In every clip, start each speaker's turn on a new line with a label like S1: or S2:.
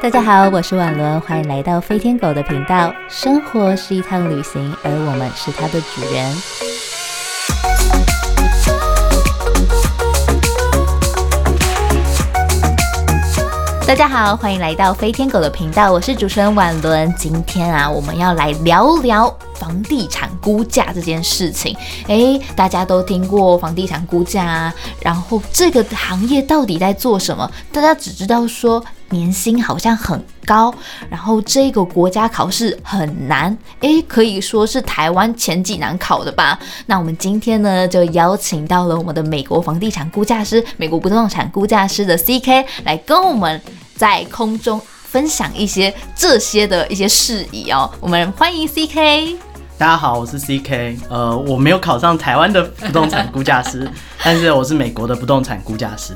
S1: 大家好，我是婉伦，欢迎来到飞天狗的频道。生活是一趟旅行，而我们是它的主人。大家好，欢迎来到飞天狗的频道，我是主持人婉伦。今天啊，我们要来聊聊房地产估价这件事情。诶，大家都听过房地产估价啊，然后这个行业到底在做什么？大家只知道说年薪好像很高，然后这个国家考试很难，诶，可以说是台湾前几难考的吧。那我们今天呢，就邀请到了我们的美国房地产估价师、美国不动产估价师的 CK 来跟我们在空中分享一些这些的一些事宜哦。我们欢迎 CK。
S2: 大家好，我是 CK。呃，我没有考上台湾的不动产估 价师，但是我是美国的不动产估价师。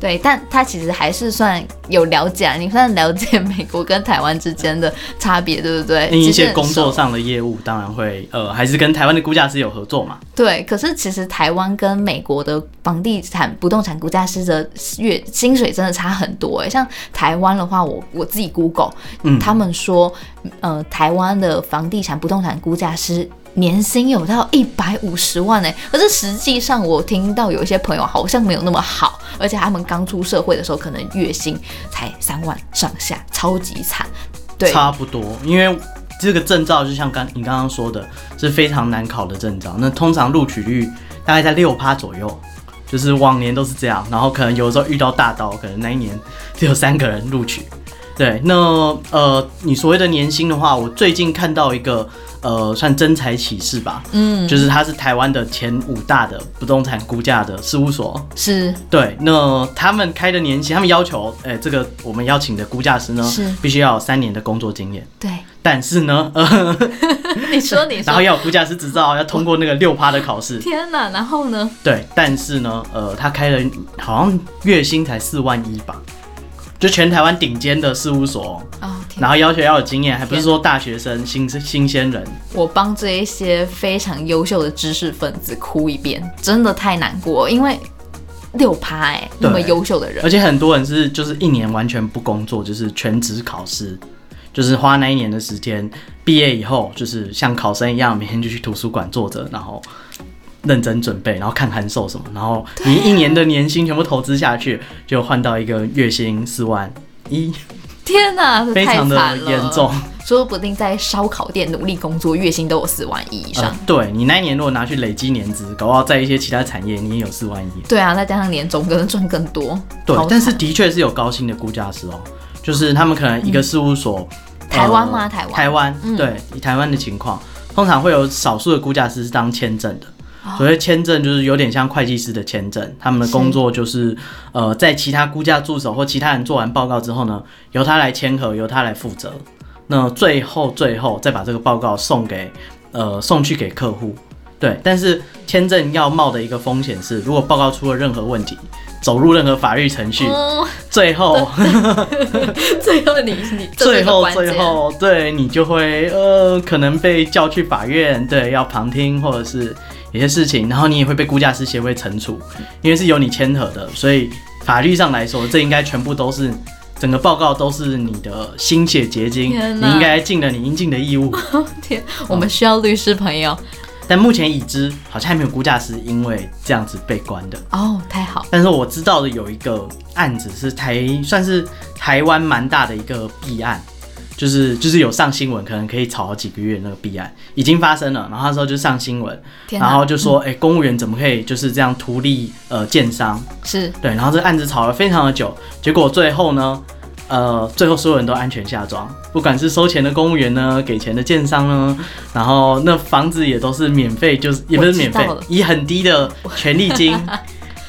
S1: 对，但他其实还是算有了解啊，你算了解美国跟台湾之间的差别，对不对？
S2: 因一
S1: 其实
S2: 些
S1: 很
S2: 工作
S1: 熟
S2: 上的业务，当然会呃，还是跟台湾的估价师有合作嘛。
S1: 对，可是其实台湾跟美国的房地产、不动产估价师的月薪水真的差很多诶、像台湾的话，我我自己 Google，、
S2: 嗯
S1: 他们说，呃，台湾的房地产、不动产估价师。年薪有到一百五十万诶、可是实际上我听到有一些朋友好像没有那么好，而且他们刚出社会的时候，可能月薪才三万上下，超级惨。对，
S2: 差不多，因为这个证照就像刚你刚刚说的，是非常难考的证照。那通常录取率大概在六趴左右，就是往年都是这样。然后可能有时候遇到大刀，可能那一年只有三个人录取。对，那呃，你所谓的年薪的话，我最近看到一个呃，算真才启示吧，嗯，就是它是台湾的前五大的不动产估价的事务所，
S1: 是
S2: 对，那呃他们开的年薪，他们要求，哎、这个我们邀请的估价师呢
S1: 是，
S2: 必须要有三年的工作经验。
S1: 对，
S2: 但是呢，呃，
S1: 你说你
S2: 然后
S1: 说，
S2: 要有估价师执照，要通过那个六趴的考试。
S1: 天哪，然后呢？
S2: 对，但是呢，呃，他开了好像月薪才四万一吧，就全台湾顶尖的事务所哦，
S1: 哦，天
S2: 然后要求要有经验，还不是说大学生、新新鲜人。
S1: 我帮这一些非常优秀的知识分子哭一遍，真的太难过，因为六趴哎，那么优秀的人，
S2: 而且很多人是就是一年完全不工作，就是全职考试，就是花那一年的时间，毕业以后就是像考生一样，每天就去图书馆坐着，然后认真准备，然后看函授什么，然后
S1: 啊
S2: 你一年的年薪全部投资下去，就换到一个月薪四万一，
S1: 天哪，这
S2: 非
S1: 太
S2: 常的
S1: 惨了，
S2: 严重。
S1: 说不定在烧烤店努力工作，月薪都有四万一以上。
S2: 呃对你那一年如果拿去累积年资，搞不好在一些其他产业你也有四万一。
S1: 对啊，再加上年终，可能赚更多。
S2: 对
S1: 好惨，
S2: 但是的确是有高薪的估价师哦，就是他们可能一个事务所，
S1: 嗯
S2: 呃
S1: 台湾吗台湾嗯
S2: 台湾，对，以台湾的情况，通常会有少数的估价师是当签证的。
S1: 哦
S2: 所谓签证就是有点像会计师的签证，他们的工作就是，呃，在其他估价助手或其他人做完报告之后呢，由他来签合，由他来负责。那最后最后再把这个报告送给，呃，送去给客户。对，但是签证要冒的一个风险是，如果报告出了任何问题，走入任何法律程序，
S1: 嗯，
S2: 最后
S1: 最后你你这是
S2: 最
S1: 一个
S2: 后
S1: 关键
S2: 最后，对你就会呃，可能被叫去法院，对，要旁听或者是有些事情，然后你也会被估价师协会惩处，
S1: 嗯
S2: 因为是由你签合的，所以法律上来说，这应该全部都是。整个报告都是你的心血结晶，
S1: 天
S2: 你
S1: 哪
S2: 应该尽了你应尽的义务。
S1: 天，我们需要律师朋友
S2: 但目前已知，好像还没有估价师因为这样子被关的。
S1: 哦，太好，
S2: 但是我知道的有一个案子是台算是台湾蛮大的一个弊案，就是就是有上新闻，可能可以炒好几个月那个弊案已经发生了，然后那时候就上新闻，
S1: 天哪
S2: 然后就说哎、诶公务员怎么可以就是这样图利呃建商？
S1: 是
S2: 对，然后这个案子炒了非常的久，结果最后呢。呃，最后所有人都安全下庄，不管是收钱的公务员呢，给钱的建商呢，然后那房子也都是免费，就是也不是免
S1: 我
S2: 费
S1: 知道了，
S2: 以很低的权利 金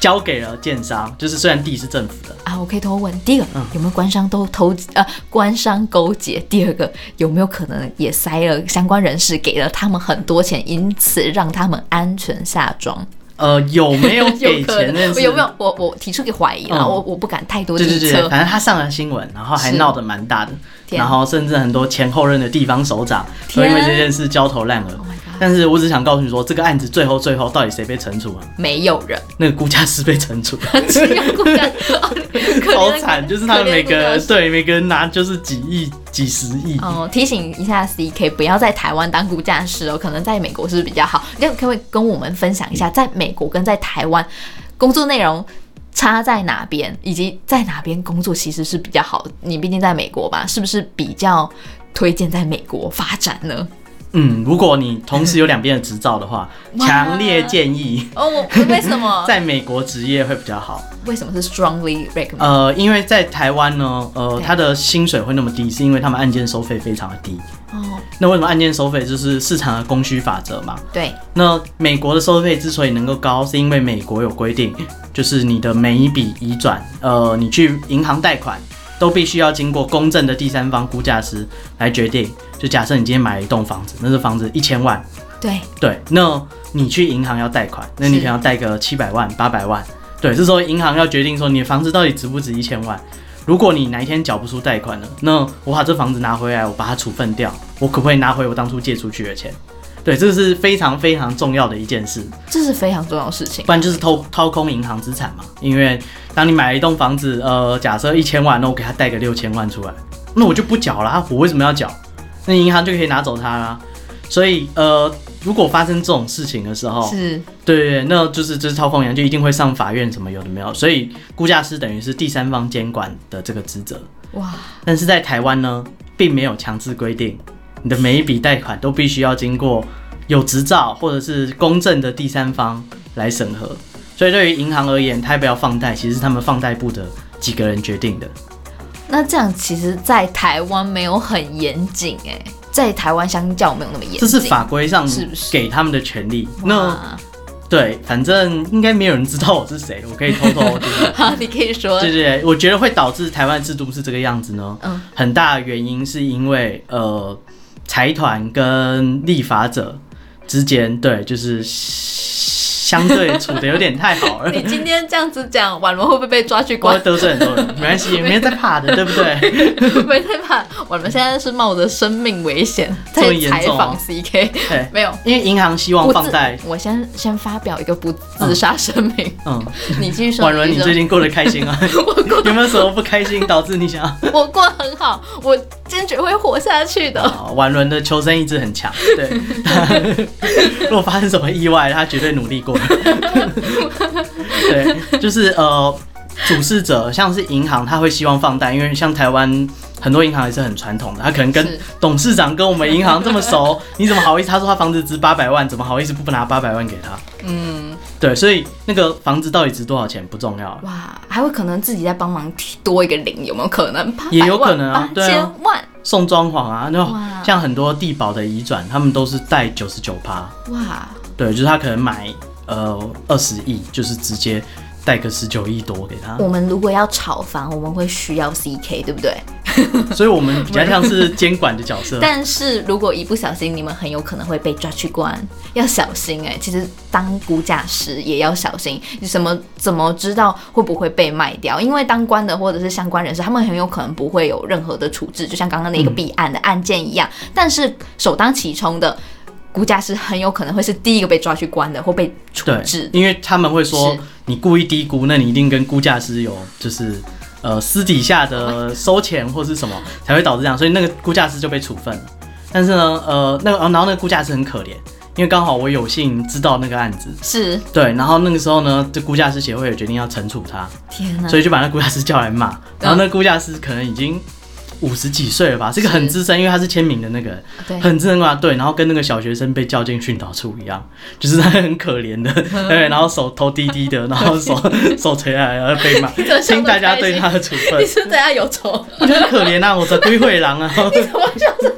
S2: 交给了建商，就是虽然地是政府的，
S1: 啊，我可以偷问。第一个、
S2: 嗯
S1: 有没有官商都投呃官商勾结？第二个有没有可能也塞了相关人士，给了他们很多钱，因此让他们安全下庄？
S2: 呃，有 没有给
S1: 可
S2: 钱
S1: 能
S2: 认识？
S1: 有没有？我我提出个怀疑啦，
S2: 嗯
S1: 我我不敢太多
S2: 对
S1: 预
S2: 对对，
S1: 测。
S2: 反正他上了新闻，然后还
S1: 是
S2: 闹得蛮大的，
S1: 天
S2: 然后甚至很多前后任的地方首长都因为
S1: 天啊
S2: 这件事焦头烂额。
S1: Oh my god！
S2: 但是我只想告诉你说，这个案子最后最后到底谁被惩处啊了？
S1: 没有 人，
S2: 那个估价师被惩处，
S1: 只有孤单，哦可怜
S2: 好
S1: 的
S2: 惨，就是他们每
S1: 可怜
S2: 个
S1: 的
S2: 人
S1: 故事
S2: 对每个人拿就是几亿、几十亿。
S1: 哦，提醒一下 CK，不要在台湾当估价师哦，可能在美国是比较好。那可不可以跟我们分享一下，在美国跟在台湾工作内容差在哪边，以及在哪边工作其实是比较好？你毕竟在美国嘛，是不是比较推荐在美国发展呢？
S2: 嗯，如果你同时有两边的执照的话，
S1: 哇
S2: 强烈建议
S1: 哦，我为什 么？
S2: 在美国职业会比较好。
S1: 为什么是 strongly recommend？
S2: 呃，因为在台湾呢，呃，
S1: 对
S2: 他的薪水会那么低，是因为他们案件收费非常的低。
S1: 哦，
S2: 那为什么案件收费就是市场的供需法则嘛？
S1: 对，
S2: 那美国的收费之所以能够高，是因为美国有规定，就是你的每一笔移转，呃，你去银行贷款，都必须要经过公正的第三方估价师来决定。就假设你今天买了一栋房子，那这房子一千万，
S1: 对，
S2: 对，那你去银行要贷款，那你
S1: 是
S2: 可能要贷个七百万、八百万，对，这时候银行要决定说你的房子到底值不值一千万。如果你哪一天缴不出贷款了，那我把这房子拿回来，我把它处分掉，我可不可以拿回我当初借出去的钱？对，这是非常非常重要的一件事，
S1: 这是非常重要的事情。
S2: 不然就是掏掏空银行资产嘛。因为当你买了一栋房子，呃，假设一千万，那我给他贷个六千万出来，那我就不缴啦，我为什么要缴？那银行就可以拿走它啦。所以，呃，如果发生这种事情的时候，
S1: 是
S2: 对对，对，那就是就是操控人就一定会上法院什么有的没有，所以估价师等于是第三方监管的这个职责。
S1: 哇，
S2: 但是在台湾呢，并没有强制规定，你的每一笔贷款都必须要经过有执照或者是公正的第三方来审核。所以对于银行而言，他要不要放贷，其实是他们放贷部的几个人决定的。
S1: 那这样其实，在台湾没有很严谨哎，在台湾相较没有那么严谨，
S2: 这是法规上
S1: 是不是
S2: 给他们的权利。那
S1: 哇。
S2: 对，反正应该没有人知道我是谁，我可以偷偷就是
S1: 好， 你可以说，
S2: 对对对，我觉得会导致台湾制度是这个样子呢。
S1: 嗯，
S2: 很大的原因是因为呃，财团跟立法者之间，对，就是相对处的有点太好 了
S1: 你。今天这样子讲，婉文会不会被抓去
S2: 我会
S1: 关？
S2: 得罪很多人，没关系，没人在怕的，对不对？
S1: 会不会太怕？婉文现在是冒着生命危险
S2: 这
S1: 在
S2: 么严重
S1: 采访 CK，
S2: 对，
S1: 没有。
S2: 因为银行希望
S1: 不
S2: 放
S1: 自
S2: 贷，，
S1: 我先先发表一个不自杀声明。
S2: 嗯，
S1: 你继续说，
S2: 婉伦，你
S1: 继续说
S2: 最近过得开心啊？有没有什么不开心导致你想要？
S1: 我过得很好，我坚决会活下去的。
S2: 啊婉伦的求生意志很强， 对，如果发生什么意外，他绝对努力过。 对，就是呃，主事者像是银行，他会希望放贷，因为像台湾很多银行也是很传统的，他可能跟
S1: 是
S2: 董事长跟我们银行这么熟，你怎么好意思？他说他房子值八百万，怎么好意思不拿八百万给他？
S1: 嗯，
S2: 对，所以那个房子到底值多少钱不重要，
S1: 哇，还会可能自己再帮忙提多一个零，有没有可能？八百万
S2: 也有可能啊
S1: 八
S2: 对啊
S1: 千万，
S2: 送装潢啊，那种
S1: 哇
S2: 像很多地保的移转，他们都是贷九十九趴。
S1: 哇，
S2: 对，啊就是他可能买呃二十亿，就是直接贷个十九亿多给他，
S1: 我们如果要炒房，我们会需要 CK，对不对？
S2: 所以我们比较像是监管的角 色。
S1: 但是如果一不小心，你们很有可能会被抓去关，要小心哎、其实当估价师也要小心，你什么怎么知道会不会被卖掉？因为当官的或者是相关人士，他们很有可能不会有任何的处置，就像刚刚那
S2: 嗯
S1: 个弊案的案件一样。但是首当其冲的估价师很有可能会是第一个被抓去关的，或被处
S2: 对
S1: 置，。
S2: 因为他们会说
S1: 是
S2: 你故意低估，那你一定跟估价师有就是呃私底下的收钱或是什么，才会导致这样，所以那个估价师就被处分了。但是呢，呃，那个然后那个估价师很可怜，因为刚好我有幸知道那个案子，
S1: 是，
S2: 对，然后那个时候呢，这估价师协会也决定要惩处他，
S1: 天哪！
S2: 所以就把那估价师叫来
S1: 嗯
S2: 骂。然后那估价师可能已经五十几岁了吧，是个很资深，因为他是签名的那个人，
S1: 对，
S2: 很资深啊，对。然后跟那个小学生被叫进训导处一样，啊 就是他很可怜的，
S1: 嗯
S2: 对，然后手头低低的，然 后手手垂下来，然后被骂，
S1: 怎么笑得
S2: 听大家对他的处 分
S1: 你，是对他有 仇？
S2: 我觉得很可怜啊，我的归 会狼啊。
S1: 你怎么笑成？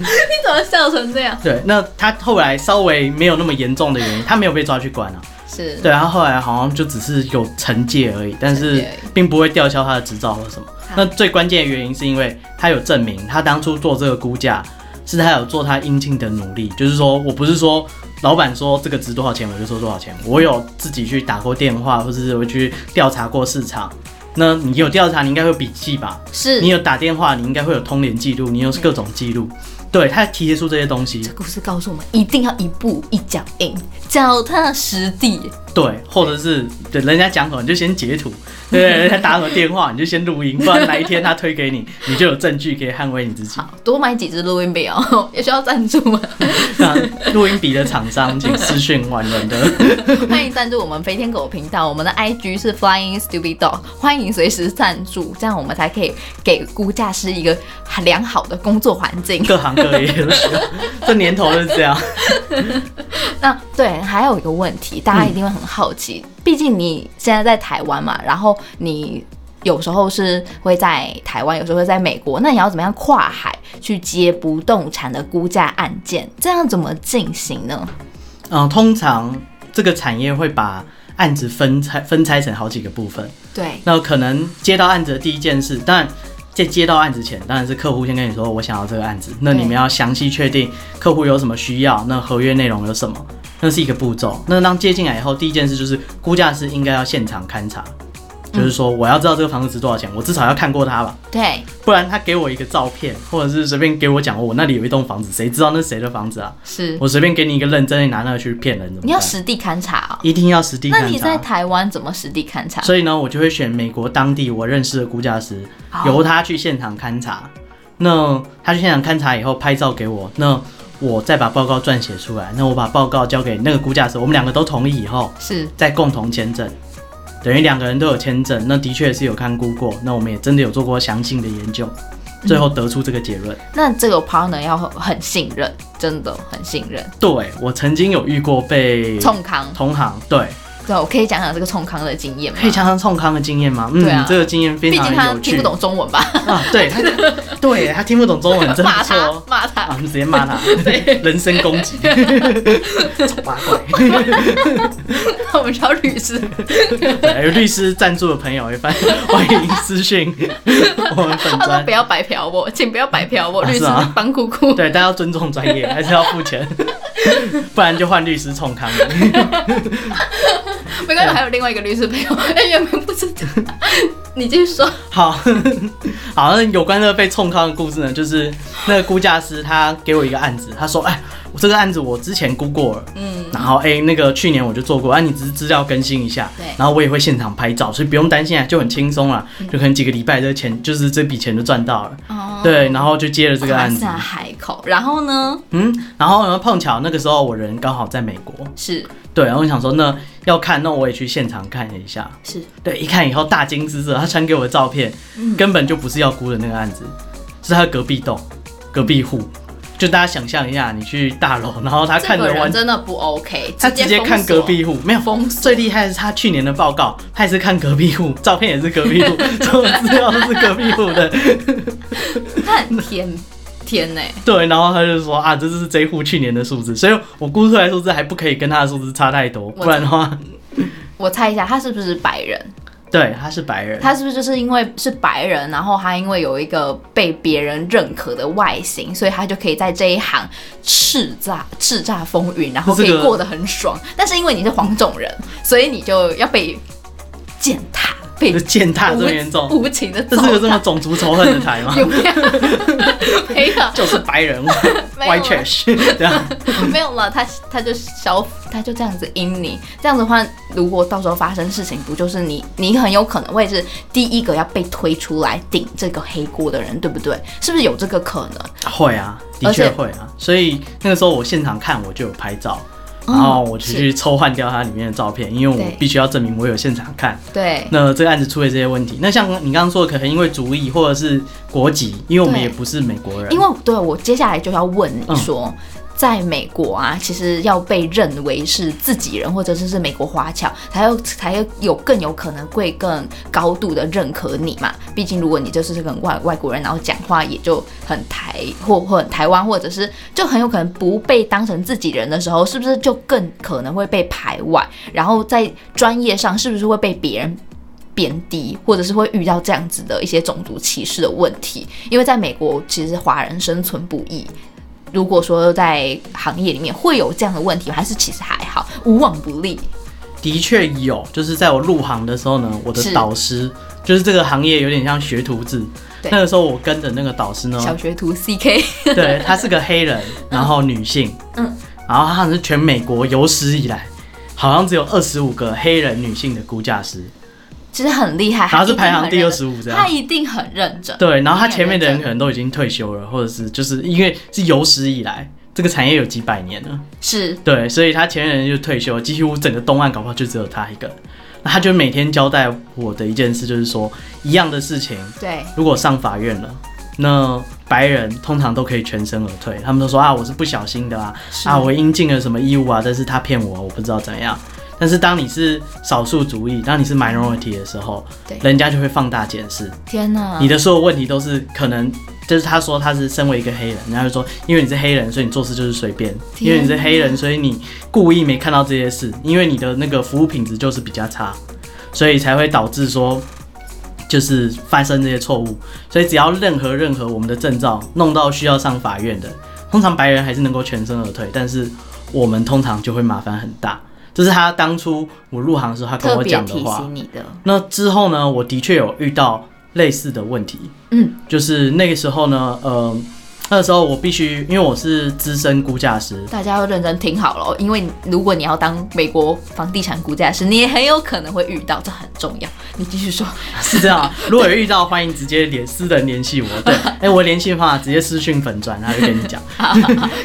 S1: 你怎么笑成这样？
S2: 对，那他后来稍微没有那么严重的原因，他没有被抓去关啊。
S1: 是，
S2: 对，他后来好像就只是有惩戒而已，但
S1: 惩
S2: 是
S1: 戒而已
S2: 并不会吊销他的执照或什么
S1: 好。
S2: 那最关键的原因是因为他有证明，他当初做这个估价是他有做他应尽的努力，就是说我不是说老板说这个值多少钱我就说多少钱，我有自己去打过电话，或者是我去调查过市场。那你有调查，你应该会有笔记吧？
S1: 嗯是
S2: 你有打电话，你应该会有通联记录，你有各种记录。对他提出这些东西
S1: 这，故事告诉我们，一定要一步一脚印，脚踏实地。
S2: 对，或者是对人家讲什么你就先截图，对，人家打什么电话你就先录音，不然哪一天他推给你，你就有证据可以捍卫你自己。
S1: 好多买几支录音笔哦， 也需要赞助吗？
S2: 那录音笔的厂商请私讯婉伦的。
S1: 欢迎赞助我们飞天狗频道，我们的 IG 是 Flying Stupid Dog，欢迎随时赞助，这样我们才可以给估价师一个良好的工作环境。
S2: 各行各业都是，这年头就是这样。
S1: 那对，还有一个问题，大家一定会很好奇，毕竟你现在在台湾嘛，然后你有时候是会在台湾，有时候会在美国，那你要怎么样跨海去接不动产的估价案件？这样怎么进行呢？
S2: 嗯、通常这个产业会把案子分拆分拆成好几个部分。
S1: 对，
S2: 那可能接到案子的第一件事，当然在接到案子前，当然是客户先跟你说我想要这个案子，那
S1: 对
S2: 你们要详细确定客户有什么需要，那合约内容有什么，那是一个步骤。那当接进来以后，第一件事就是估价师应该要现场勘查，就是说我要知道这个房子值多少钱，我至少要看过它吧。
S1: 对，
S2: 不然他给我一个照片，或者是随便给我讲，我那里有一栋房子，谁知道那是谁的房子啊？
S1: 是，
S2: 我随便给你一个认真的拿那个去骗人，怎么办？
S1: 你要实地勘察、哦。
S2: 一定要实地
S1: 那你
S2: 勘
S1: 在
S2: 察。
S1: 台湾怎么实地勘察？
S2: 所以呢，我就会选美国当地我认识的估价师，
S1: 哦
S2: 由他去现场勘察。那他去现场勘察以后拍照给我，那我再把报告撰写出来。那我把报告交给那个估价师，我们两个都同意以后，
S1: 是
S2: 再共同签证。等于两个人都有签证，那的确是有看估过，那我们也真的有做过详尽的研究，最后得出这个结论。
S1: 那这个 partner 要很很信任，真的很信任。
S2: 对我曾经有遇过被
S1: 冲啊康，
S2: 同行，对，
S1: 对，我可以讲讲这个冲康的经验吗
S2: 可？以常常冲康的经验吗？嗯，
S1: 对啊
S2: 这个经验非
S1: 毕
S2: 常
S1: 竟他
S2: 有趣。
S1: 听不懂中文吧，
S2: 啊，对，他对他听不懂中文， 真
S1: 骂他
S2: 不错。
S1: 骂他
S2: 啊，你直接 骂他，人身攻击，丑八怪。
S1: 那我们需要律师。
S2: 对有律师赞助的朋友，也欢欢迎私讯我们粉
S1: 他说
S2: 专
S1: 不。要白嫖我，请不要白嫖我，
S2: 啊
S1: 律
S2: 是
S1: 师
S2: 吗
S1: 帮姑姑。
S2: 对，大家要尊重专业，还是要付钱， 不然就换律师冲康。
S1: 没关系，
S2: 对
S1: 还有另外一个律师朋友， 哎，原本不知道。 你继续说，
S2: 好 好，那有关那个被冲康的故事呢，就是那个估价师他给我一个案子，他说：“哎，我这个案子我之前估过了，嗯，然后哎、那个去年我就做过，啊，你只是资料更新一下，
S1: 对
S2: 然后我也会现场拍照，所以不用担心啊，就很轻松啦，就可能几个礼拜这钱就是这笔钱就赚到了，
S1: 嗯哦
S2: 对，然后就接了这个案子
S1: 夸，下海口，然后呢
S2: 嗯，然后呢碰巧那个时候我人刚好在美国，
S1: 是
S2: 对，然后我想说那要看，那我也去现场看了一下，
S1: 是
S2: 对，一看以后大惊失色，他传给我的照片，
S1: 嗯
S2: 根本就不是要估的那个案子，是他隔壁栋、隔壁户。就大家想象一下，你去大楼，然后他
S1: 这
S2: 看着
S1: 个人
S2: 完，
S1: 真的不 OK，
S2: 他直接看
S1: 封锁
S2: 隔壁户，没有。
S1: 封锁
S2: 最厉害的是他去年的报告，他也是看隔壁户，照片也是隔壁 户，所有资料都是隔壁户的。
S1: 他很欸天天呢、
S2: 对，然后他就说啊，这是这一户去年的数字，所以我估出来的数字还不可以跟他的数字差太多，不然的话，
S1: 我猜一下，他是不是白人？
S2: 对，他是白人，
S1: 他是不是就是因为是白人，然后他因为有一个被别人认可的外形，所以他就可以在这一行叱咤叱咤风云，然后可
S2: 这
S1: 以
S2: 个
S1: 过得很爽。但是因为你是黄种人，所以你就要被践踏，被
S2: 就践踏这么
S1: 无
S2: 严重，
S1: 无情的
S2: 这是个这么种族仇恨的台吗？
S1: 有没有？没有，
S2: 就是白人
S1: 没有啊
S2: ，white trash，这样
S1: 没有了，他他就消，他就这样子阴你，这样子的话，如果到时候发生事情，不就是你，你很有可能会是第一个要被推出来顶这个黑锅的人，对不对？是不是有这个可能？
S2: 会啊，的
S1: 而且
S2: 确会啊。所以那个时候我现场看我就有拍照，
S1: 嗯
S2: 然后我就去
S1: 是
S2: 抽换掉它里面的照片，因为
S1: 对
S2: 我必须要证明我有现场看。
S1: 对，
S2: 那这个案子出了这些问题，那像你刚刚说的，可能因为族裔或者是国籍，因为我们
S1: 对
S2: 也不是美国人，
S1: 因为对我接下来就要问你
S2: 嗯
S1: 说。在美国啊，其实要被认为是自己人，或者是是美国华侨，才有才有更有可能会更高度的认可你嘛。毕竟如果你就是这个外外国人，然后讲话也就很台或或很台湾，或者是就很有可能不被当成自己人的时候，是不是就更可能会被排外？然后在专业上是不是会被别人贬低，或者是会遇到这样子的一些种族歧视的问题。因为在美国，其实华人生存不易。如果说在行业里面会有这样的问题吗，还是其实还好，无往不利。
S2: 的确有，就是在我入行的时候呢，我的
S1: 是
S2: 导师就是这个行业有点像学徒制，
S1: 对
S2: 那个时候我跟着那个导师呢，
S1: 小学徒 CK，
S2: 对，她是个黑人，然后女性，
S1: 嗯，
S2: 然后她好像是全美国有史以来好像只有二十五个黑人女性的估价师，
S1: 其实很厉害，
S2: 然后是排行第二
S1: 五，
S2: 十五这样
S1: 他。一定很认真。
S2: 对，然后她前面的人可能都已经退休了，或者是就是因为是有史以来这个产业有几百年了，
S1: 是
S2: 对，所以她前面的人就退休，几乎整个东岸搞不好就只有她一个人。那她就每天交代我的一件事就是说，一样的事情，
S1: 对，
S2: 如果上法院了，那白人通常都可以全身而退，他们都说啊，我是不小心的啊，
S1: 是
S2: 啊，我应尽了什么义务啊，但是他骗我，我不知道怎么样。但是当你是少数族裔，当你是 minority 的时候
S1: 对，
S2: 人家就会放大检视，
S1: 天哪，
S2: 你的所有问题都是可能。就是他说他是身为一个黑人，人家就说因为你是黑人，所以你做事就是随便；因为你是黑人，所以你故意没看到这些事，因为你的那个服务品质就是比较差，所以才会导致说就是发生这些错误。所以只要任何任何我们的证照弄到需要上法院的，通常白人还是能够全身而退，但是我们通常就会麻烦很大。这是他当初我入行的时候他跟
S1: 特
S2: 我
S1: 别
S2: 讲的
S1: 提
S2: 话。
S1: 醒你的，
S2: 那之后呢，我的确有遇到类似的问题，
S1: 嗯，
S2: 就是那个时候呢，呃，那时候我必须，因为我是资深估价师，
S1: 大家要认真听好了哦，因为你如果你要当美国房地产估价师，你也很有可能会遇到，这很重要。你继续说，
S2: 是这样啊。 如果有遇到，欢迎直接联私人联系 我。对，哎、我联系的话直接私讯粉砖，他就跟你讲。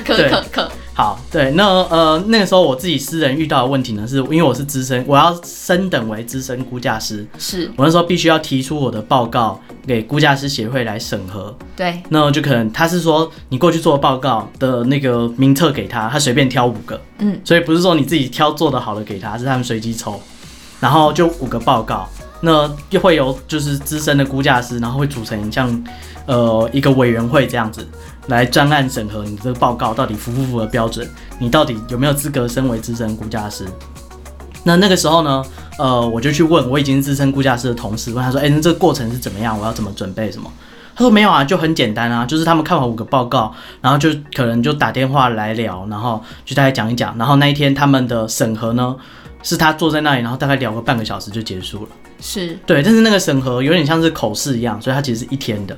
S1: 可
S2: 对
S1: 可可，
S2: 好，对，那呃那个时候我自己私人遇到的问题呢，是因为我是资深，我要升等为资深估价师，
S1: 是
S2: 我那时候必须要提出我的报告给估价师协会来审核。
S1: 对，
S2: 那就可能他是说你过去做报告的那个名册给他，他随便挑五个，
S1: 嗯，
S2: 所以不是说你自己挑做的好的给他，是他们随机抽，然后就五个报告，那又会有就是资深的估价师，然后会组成像呃一个委员会这样子来专案审核你这个报告到底符不符合标准，你到底有没有资格身为资深估价师。那那个时候呢，呃，我就去问我已经是资深估价师的同事，问他说：“哎、那这个过程是怎么样？我要怎么准备什么？”他说没有啊，就很简单啊，就是他们看完五个报告，然后就可能就打电话来聊，然后就大概讲一讲，然后那一天他们的审核呢，是他坐在那里，然后大概聊个半个小时就结束了。
S1: 是
S2: 对，但是那个审核有点像是口试一样，所以它其实是一天的。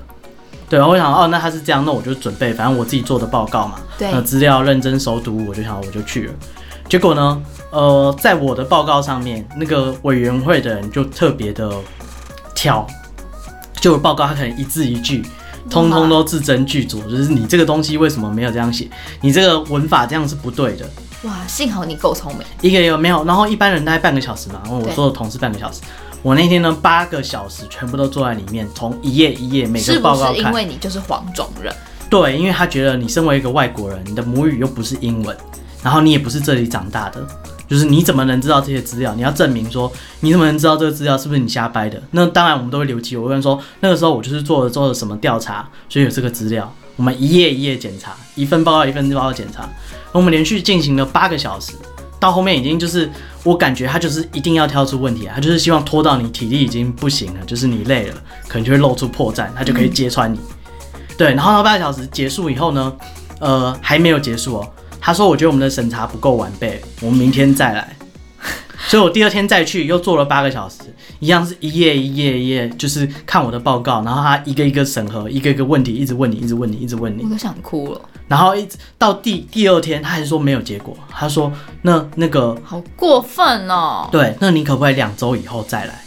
S2: 对，然后我想哦，那他是这样，那我就准备，反正我自己做的报告嘛，
S1: 对
S2: 那资料认真熟读，我就想我就去了。结果呢，呃，在我的报告上面，那个委员会的人就特别的挑，就我报告他可能一字一句，通通都字斟句酌，就是你这个东西为什么没有这样写，你这个文法这样是不对的，
S1: 哇，幸好你够聪明，
S2: 一个也没有，然后一般人大概半个小时嘛，然后我
S1: 对
S2: 做的同事半个小时。我那天呢，八个小时全部都坐在里面，从一页一页每
S1: 是
S2: 个
S1: 不
S2: 报告
S1: 是因
S2: 看。
S1: 为你就是黄种人？
S2: 对，因为他觉得你身为一个外国人，你的母语又不是英文，然后你也不是这里长大的，就是你怎么能知道这些资料？你要证明说你怎么能知道这个资料是不是你瞎掰的？那当然我们都会留级。我跟说那个时候我就是做了做了什么调查，所以有这个资料。我们一页一页检查，一份报告一份报告检查，我们连续进行了八个小时。到后面已经就是，我感觉他就是一定要挑出问题来，啊他就是希望拖到你体力已经不行了，就是你累了，可能就会露出破绽，他就可以揭穿你。对，然后到半个小时结束以后呢，呃，还没有结束哦。他说：“我觉得我们的审查不够完备，我们明天再来。” 所以我第二天再去又做了八个小时，一样是一页一页一页，就是看我的报告，然后他一个一个审核，一个一个问题，一直问你，一直问你，一直问你
S1: 我，都想哭了，
S2: 然后一直到第第二天，他还说没有结果。他说：“那那个
S1: 好过分哦！
S2: 对，那你可不可以两周以后再来？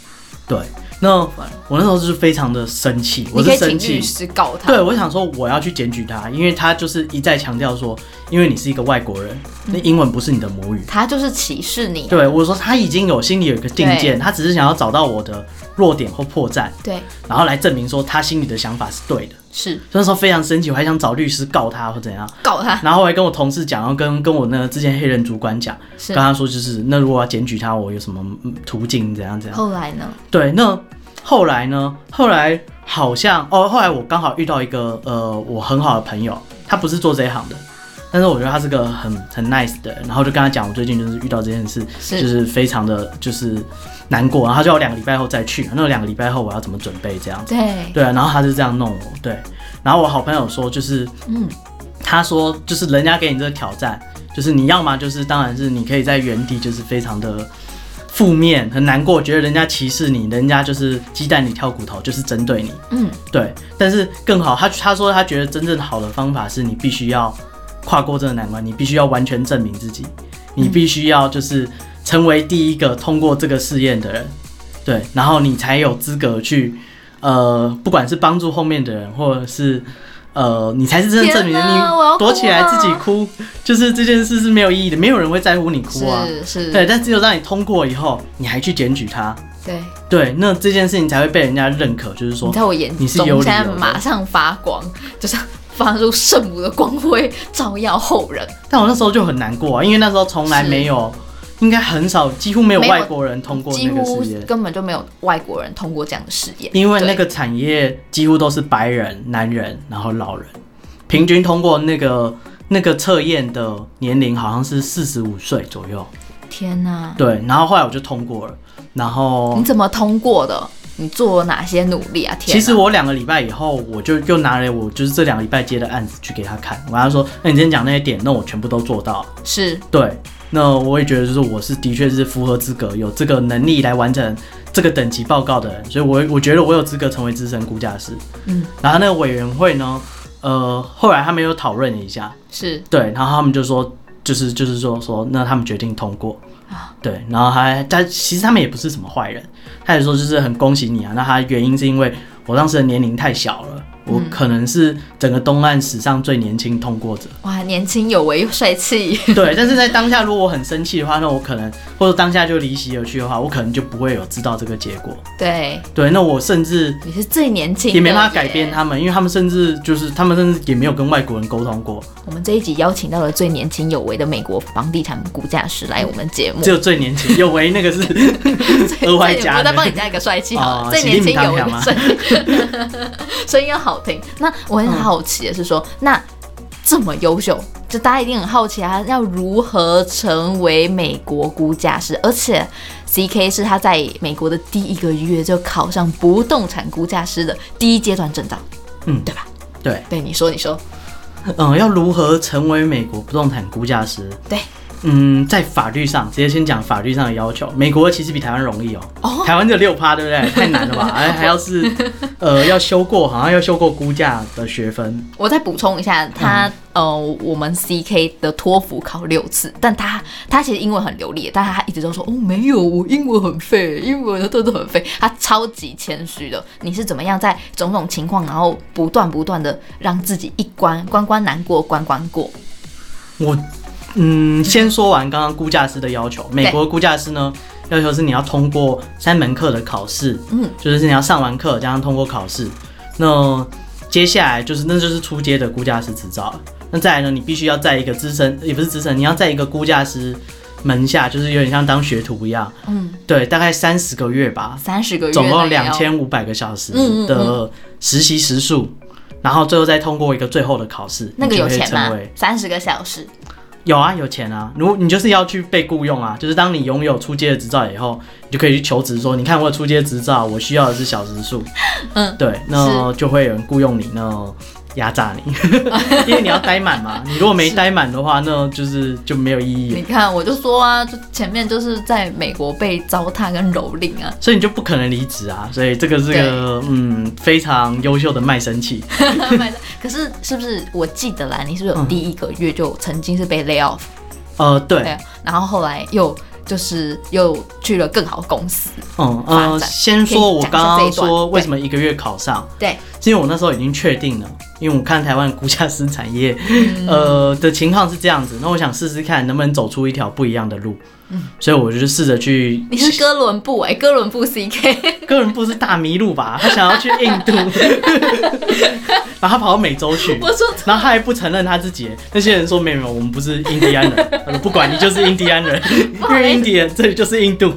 S2: 对，那我那时候就是非常的生气，我
S1: 你
S2: 是
S1: 可以
S2: 生
S1: 请律
S2: 气。
S1: 师告他，
S2: 对，我想说我要去检举他，因为他就是一再强调说，因为你是一个外国人，
S1: 嗯
S2: 那英文不是你的母语。
S1: 他就是歧视你，
S2: 对我说他已经有心里有一个定
S1: 对
S2: 见，他只是想要找到我的弱点或破绽，
S1: 对，
S2: 然后来证明说他心里的想法是对的。
S1: 是
S2: 所以那时候非常生气，我还想找律师告他或怎样。
S1: 告 他，
S2: 然后我还跟我同事讲，然后跟跟我那个之前黑人主管讲，
S1: 是
S2: 跟。他说就是那如果要检举他，我有什么嗯途径怎样怎样。
S1: 后来呢？
S2: 对，那后来呢？后来好像哦，后来我刚好遇到一个呃，我很好的朋友，他不是做这一行的，但是我觉得他是个很很 nice 的人，然后就跟他讲，我最近就是遇到这件事，
S1: 是
S2: 就是非常的就是难过，然后他叫我两个礼拜后再去，那两个礼拜后我要怎么准备这样子？
S1: 对，
S2: 对啊，然后他就这样弄我，对，然后我好朋友说，就是
S1: 嗯，
S2: 他说，就是人家给你这个挑战，就是你要么就是，当然是你可以在原地就是非常的负面、很难过，觉得人家歧视你，人家就是鸡蛋里挑骨头，就是针对你。
S1: 嗯，
S2: 对，但是更好，他他说他觉得真正好的方法是你必须要跨过这个难关，你必须要完全证明自己，
S1: 嗯
S2: 你必须要就是成为第一个通过这个试验的人，对，然后你才有资格去，呃，不管是帮助后面的人，或者是。呃，你才是真正证明
S1: 天哪我要哭啊
S2: 你躲起来
S1: 了
S2: 自己哭，就是这件事是没有意义的，没有人会在乎你哭啊。
S1: 是是，
S2: 对，但只有让你通过以后，你还去检举他，
S1: 对，
S2: 对，那这件事情才会被人家认可，就是说
S1: 你在我眼
S2: 你是有理
S1: 中
S2: 由
S1: 现在
S2: 的
S1: 马上发光，就是发出圣母的光辉，照耀后人。
S2: 但我那时候就很难过啊，因为那时候从来没有，应该很少，几乎没有
S1: 没有
S2: 外国人通过
S1: 几
S2: 那个
S1: 乎
S2: 事业，
S1: 根本就没有外国人通过这样的试验，
S2: 因为那
S1: 对
S2: 个产业几乎都是白人、男人，然后老人，平均通过那个那个测验的年龄好像是四十五岁左右，
S1: 嗯天哪、
S2: 对，然后后来我就通过了，然后
S1: 你。怎么通过的？你做了哪些努力啊？天哪，
S2: 其实我两个礼拜以后，我就又拿了我就是这两个礼拜接的案子去给他看，我跟他说：“哎那你今天讲那些点，那我全部都做到了。”
S1: 是
S2: 对，那我也觉得就是我是的确是符合资格，有这个能力来完成这个等级报告的人，所以我我觉得我有资格成为资深估价师。
S1: 嗯，
S2: 然后那个委员会呢，呃，后来他们又讨论了一下，
S1: 是，
S2: 对，然后他们就说，就是就是说说，那他们决定通过
S1: 啊。
S2: 对，然后还他其实他们也不是什么坏人，他也说就是很恭喜你啊。那他原因是因为我当时的年龄太小了，我
S1: 嗯
S2: 可能是整个东岸史上最年轻通过者。
S1: 哇，年轻有为又帅气，
S2: 对，但是在当下，如果我很生气的话，那我可能或者当下就离席而去的话，我可能就不会有知道这个结果。
S1: 对，
S2: 对，那我甚至
S1: 你是最年轻，
S2: 也没办法改
S1: 啊
S2: 变。他们，因为他们甚至就是他们甚至也没有跟外国人沟通过，
S1: 我们这一集邀请到了最年轻有为的美国房地产估价师来我们节目
S2: 只，有最年轻，有为那个是 额外
S1: 最
S2: 加
S1: 我
S2: 的
S1: 再帮你加一个帅气好了，
S2: 哦
S1: 最年轻有为
S2: 喜力米
S1: 的声音， 声音要好听。那我很好奇的是说，
S2: 嗯
S1: 那这么优秀，就大家一定很好奇啊，要如何成为美国估价师？而且 C K 是他在美国的第一个月就考上不动产估价师的第一阶段证照，
S2: 嗯
S1: 对吧？
S2: 对，
S1: 对，你说，你说，
S2: 嗯、要如何成为美国不动产估价师？
S1: 对，
S2: 嗯，在法律上，直接先讲法律上的要求。美国其实比台湾容易哦，
S1: 哦
S2: 台湾只有六趴，对不对？太难 了吧？哎，还要是呃要修过，好像要修过估价的学分，
S1: 我再补充一下，他、
S2: 嗯
S1: 呃，我们 C K 的托福考六次，但他他其实英文很流利，但他一直都说哦没有，我英文很废，英文真的很废，他超级谦虚的。你是怎么样在种种情况，然后不断不断的让自己一关关关难过关关过？
S2: 我嗯，先说完刚刚估价师的要求。美国估价师呢，要求是你要通过三门课的考试，
S1: 嗯，
S2: 就是你要上完课加上通过考试。那接下来就是那就是初阶的估价师执照了。那再来呢，你必须要在一个资深，也不是资深，你要在一个估价师门下，就是有点像当学徒一样，
S1: 嗯，
S2: 对，大概三十个月吧，
S1: 三十个月
S2: 总
S1: 内哦
S2: 共
S1: 也要
S2: 两千五百个小时
S1: 嗯嗯嗯
S2: 的实习时数，然后最后再通过一个最后的考试，
S1: 那个
S2: 你就
S1: 有
S2: 可以
S1: 钱吗
S2: 成为？
S1: 三十个小时，
S2: 有啊，有钱啊！如你就是要去被雇佣啊，就是当你拥有出街的执照以后，你就可以去求职说，你看我有出街执照，我需要的是小时数。
S1: 嗯，
S2: 对，那就会有人雇佣你，那压榨 你，因为你要待满嘛。你如果没待满的话，那就是就没 有意义了
S1: 你，看我就说啊，就前面就是在美国被糟蹋跟蹂躏啊，
S2: 所以你就不可能离职啊。所以这个是个嗯非常优秀的卖身契。
S1: 买的。 可是是不是我记得啦？你是不是有
S2: 嗯
S1: 第一个月就曾经是被 lay off？、
S2: 呃，对，
S1: 对，啊然后后来又就是又去了更好的公司。
S2: 嗯
S1: 发
S2: 呃，
S1: 展
S2: 先说我
S1: 可以讲一下
S2: 刚
S1: 这一
S2: 刚
S1: 段
S2: 说为
S1: 对
S2: 什么一个月考上，
S1: 对，
S2: 是因为我那时候已经确定了，因为我看台湾估价师产业，呃的情况是这样子，那我想试试看能不能走出一条不一样的路，所以我就试着去，
S1: 你是哥伦布哎、哥伦布 CK
S2: 哥伦布是大迷路吧，他想要去印度，然后他跑到美洲去
S1: 我。说
S2: 然后他还不承认他自己，那些人说没有没有，我们不是印第安人，他说不管你就是印第安人，因为印第安这里就是印度，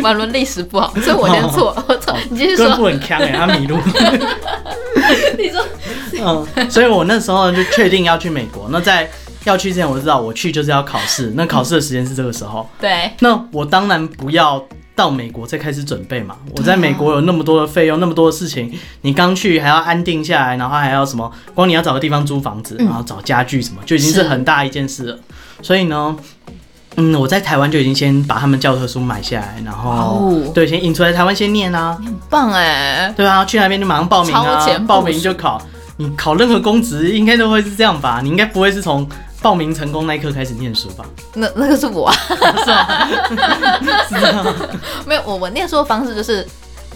S1: 玩轮历史不好，所以我先错，我错，你继续
S2: 哦哥伦布
S1: 说，
S2: 很强哎、他迷路。
S1: 你说
S2: 嗯，所以我那时候就确定要去美国。那在要去之前，我知道我去就是要考试，那考试的时间是这个时候。
S1: 对，
S2: 那我当然不要到美国再开始准备嘛。我在美国有那么多的费用，那么多的事情，你刚去还要安定下来，然后还要什么，光你要找个地方租房子，然后找家具什么，就已经是
S1: 是
S2: 很大一件事了。所以呢，嗯，我在台湾就已经先把他们教科书买下来，然后、
S1: 哦
S2: 对，先印出来，台湾先念啊，
S1: 很棒哎，
S2: 对啊，去那边就马上报名
S1: 超前
S2: 啊
S1: 部，署
S2: 报名就考。你考任何公职应该都会是这样吧？你应该不会是从报名成功那一刻开始念书吧？
S1: 那那个是我啊，
S2: 是吗？
S1: 没有我我念书的方式就是。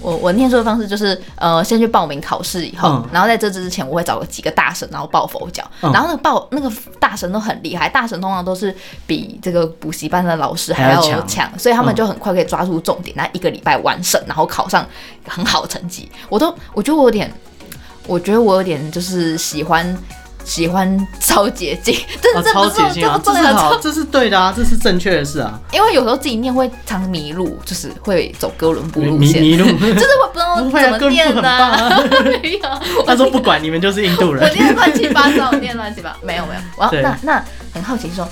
S1: 我我念书的方式就是，呃，先去报名考试以后，
S2: 嗯
S1: 然后在这之前，我会找几个大神，然后抱佛脚，
S2: 嗯
S1: 然后那个抱那个大神都很厉害，大神通常都是比这个补习班的老师还
S2: 还
S1: 要
S2: 要
S1: 强，
S2: 强嗯
S1: 所以他们就很快可以抓住重点，那、一个礼拜完胜，然后考上很好的成绩。我都我觉得我有点，我觉得我有点就是喜欢喜欢超捷径，这、
S2: 啊，
S1: 这
S2: 超
S1: 不是
S2: 捷径啊，
S1: 这
S2: 这
S1: 不
S2: 是
S1: 是
S2: 好，这是对的啊，这是正确的事啊。
S1: 因为有时候自己念会常迷路，就是会走哥伦布
S2: 迷
S1: 路
S2: 迷
S1: 线，
S2: 迷 路，
S1: 就是我不知道
S2: 不会啊
S1: 怎么
S2: 哥伦布
S1: 念
S2: 很
S1: 呢、
S2: 棒啊
S1: 没有，
S2: 他说不管你们就是印度
S1: 我
S2: 人。
S1: 念乱七八糟，我念乱七八，没有没有。我要
S2: 对
S1: 那那很好奇说，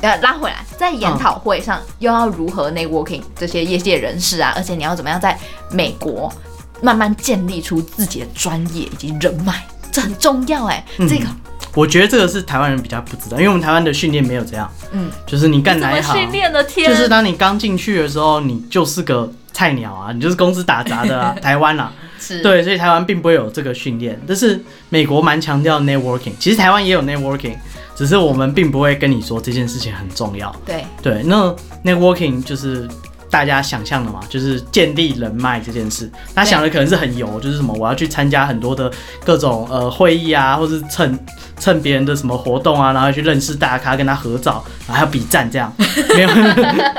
S1: 呃，拉回来，在研讨会上又要如何 networking 这些业界人士啊，而且你要怎么样在美国慢慢建立出自己的专业以及人脉，这很重要哎、
S2: 嗯
S1: 这个
S2: 我觉得这个是台湾人比较不知道，因为我们台湾的训练没有这样，
S1: 嗯，
S2: 就是你干
S1: 怎
S2: 哪
S1: 么
S2: 一行，
S1: 训练的天，
S2: 就是当你刚进去的时候，你就是个菜鸟啊，你就是公司打杂的啊， 台湾啦、
S1: 是，
S2: 对，所以台湾并不会有这个训练，但是美国蛮强调 networking，其实台湾也有 networking，只是我们并不会跟你说这件事情很重要。
S1: 对
S2: 对，那 networking 就是大家想象的嘛，就是建立人脉这件事。他
S1: 对
S2: 想的可能是很油，就是什么我要去参加很多的各种呃会议啊，或是蹭蹭别人的什么活动啊，然后去认识大咖，跟他合照，然后还要比赞这样。没有，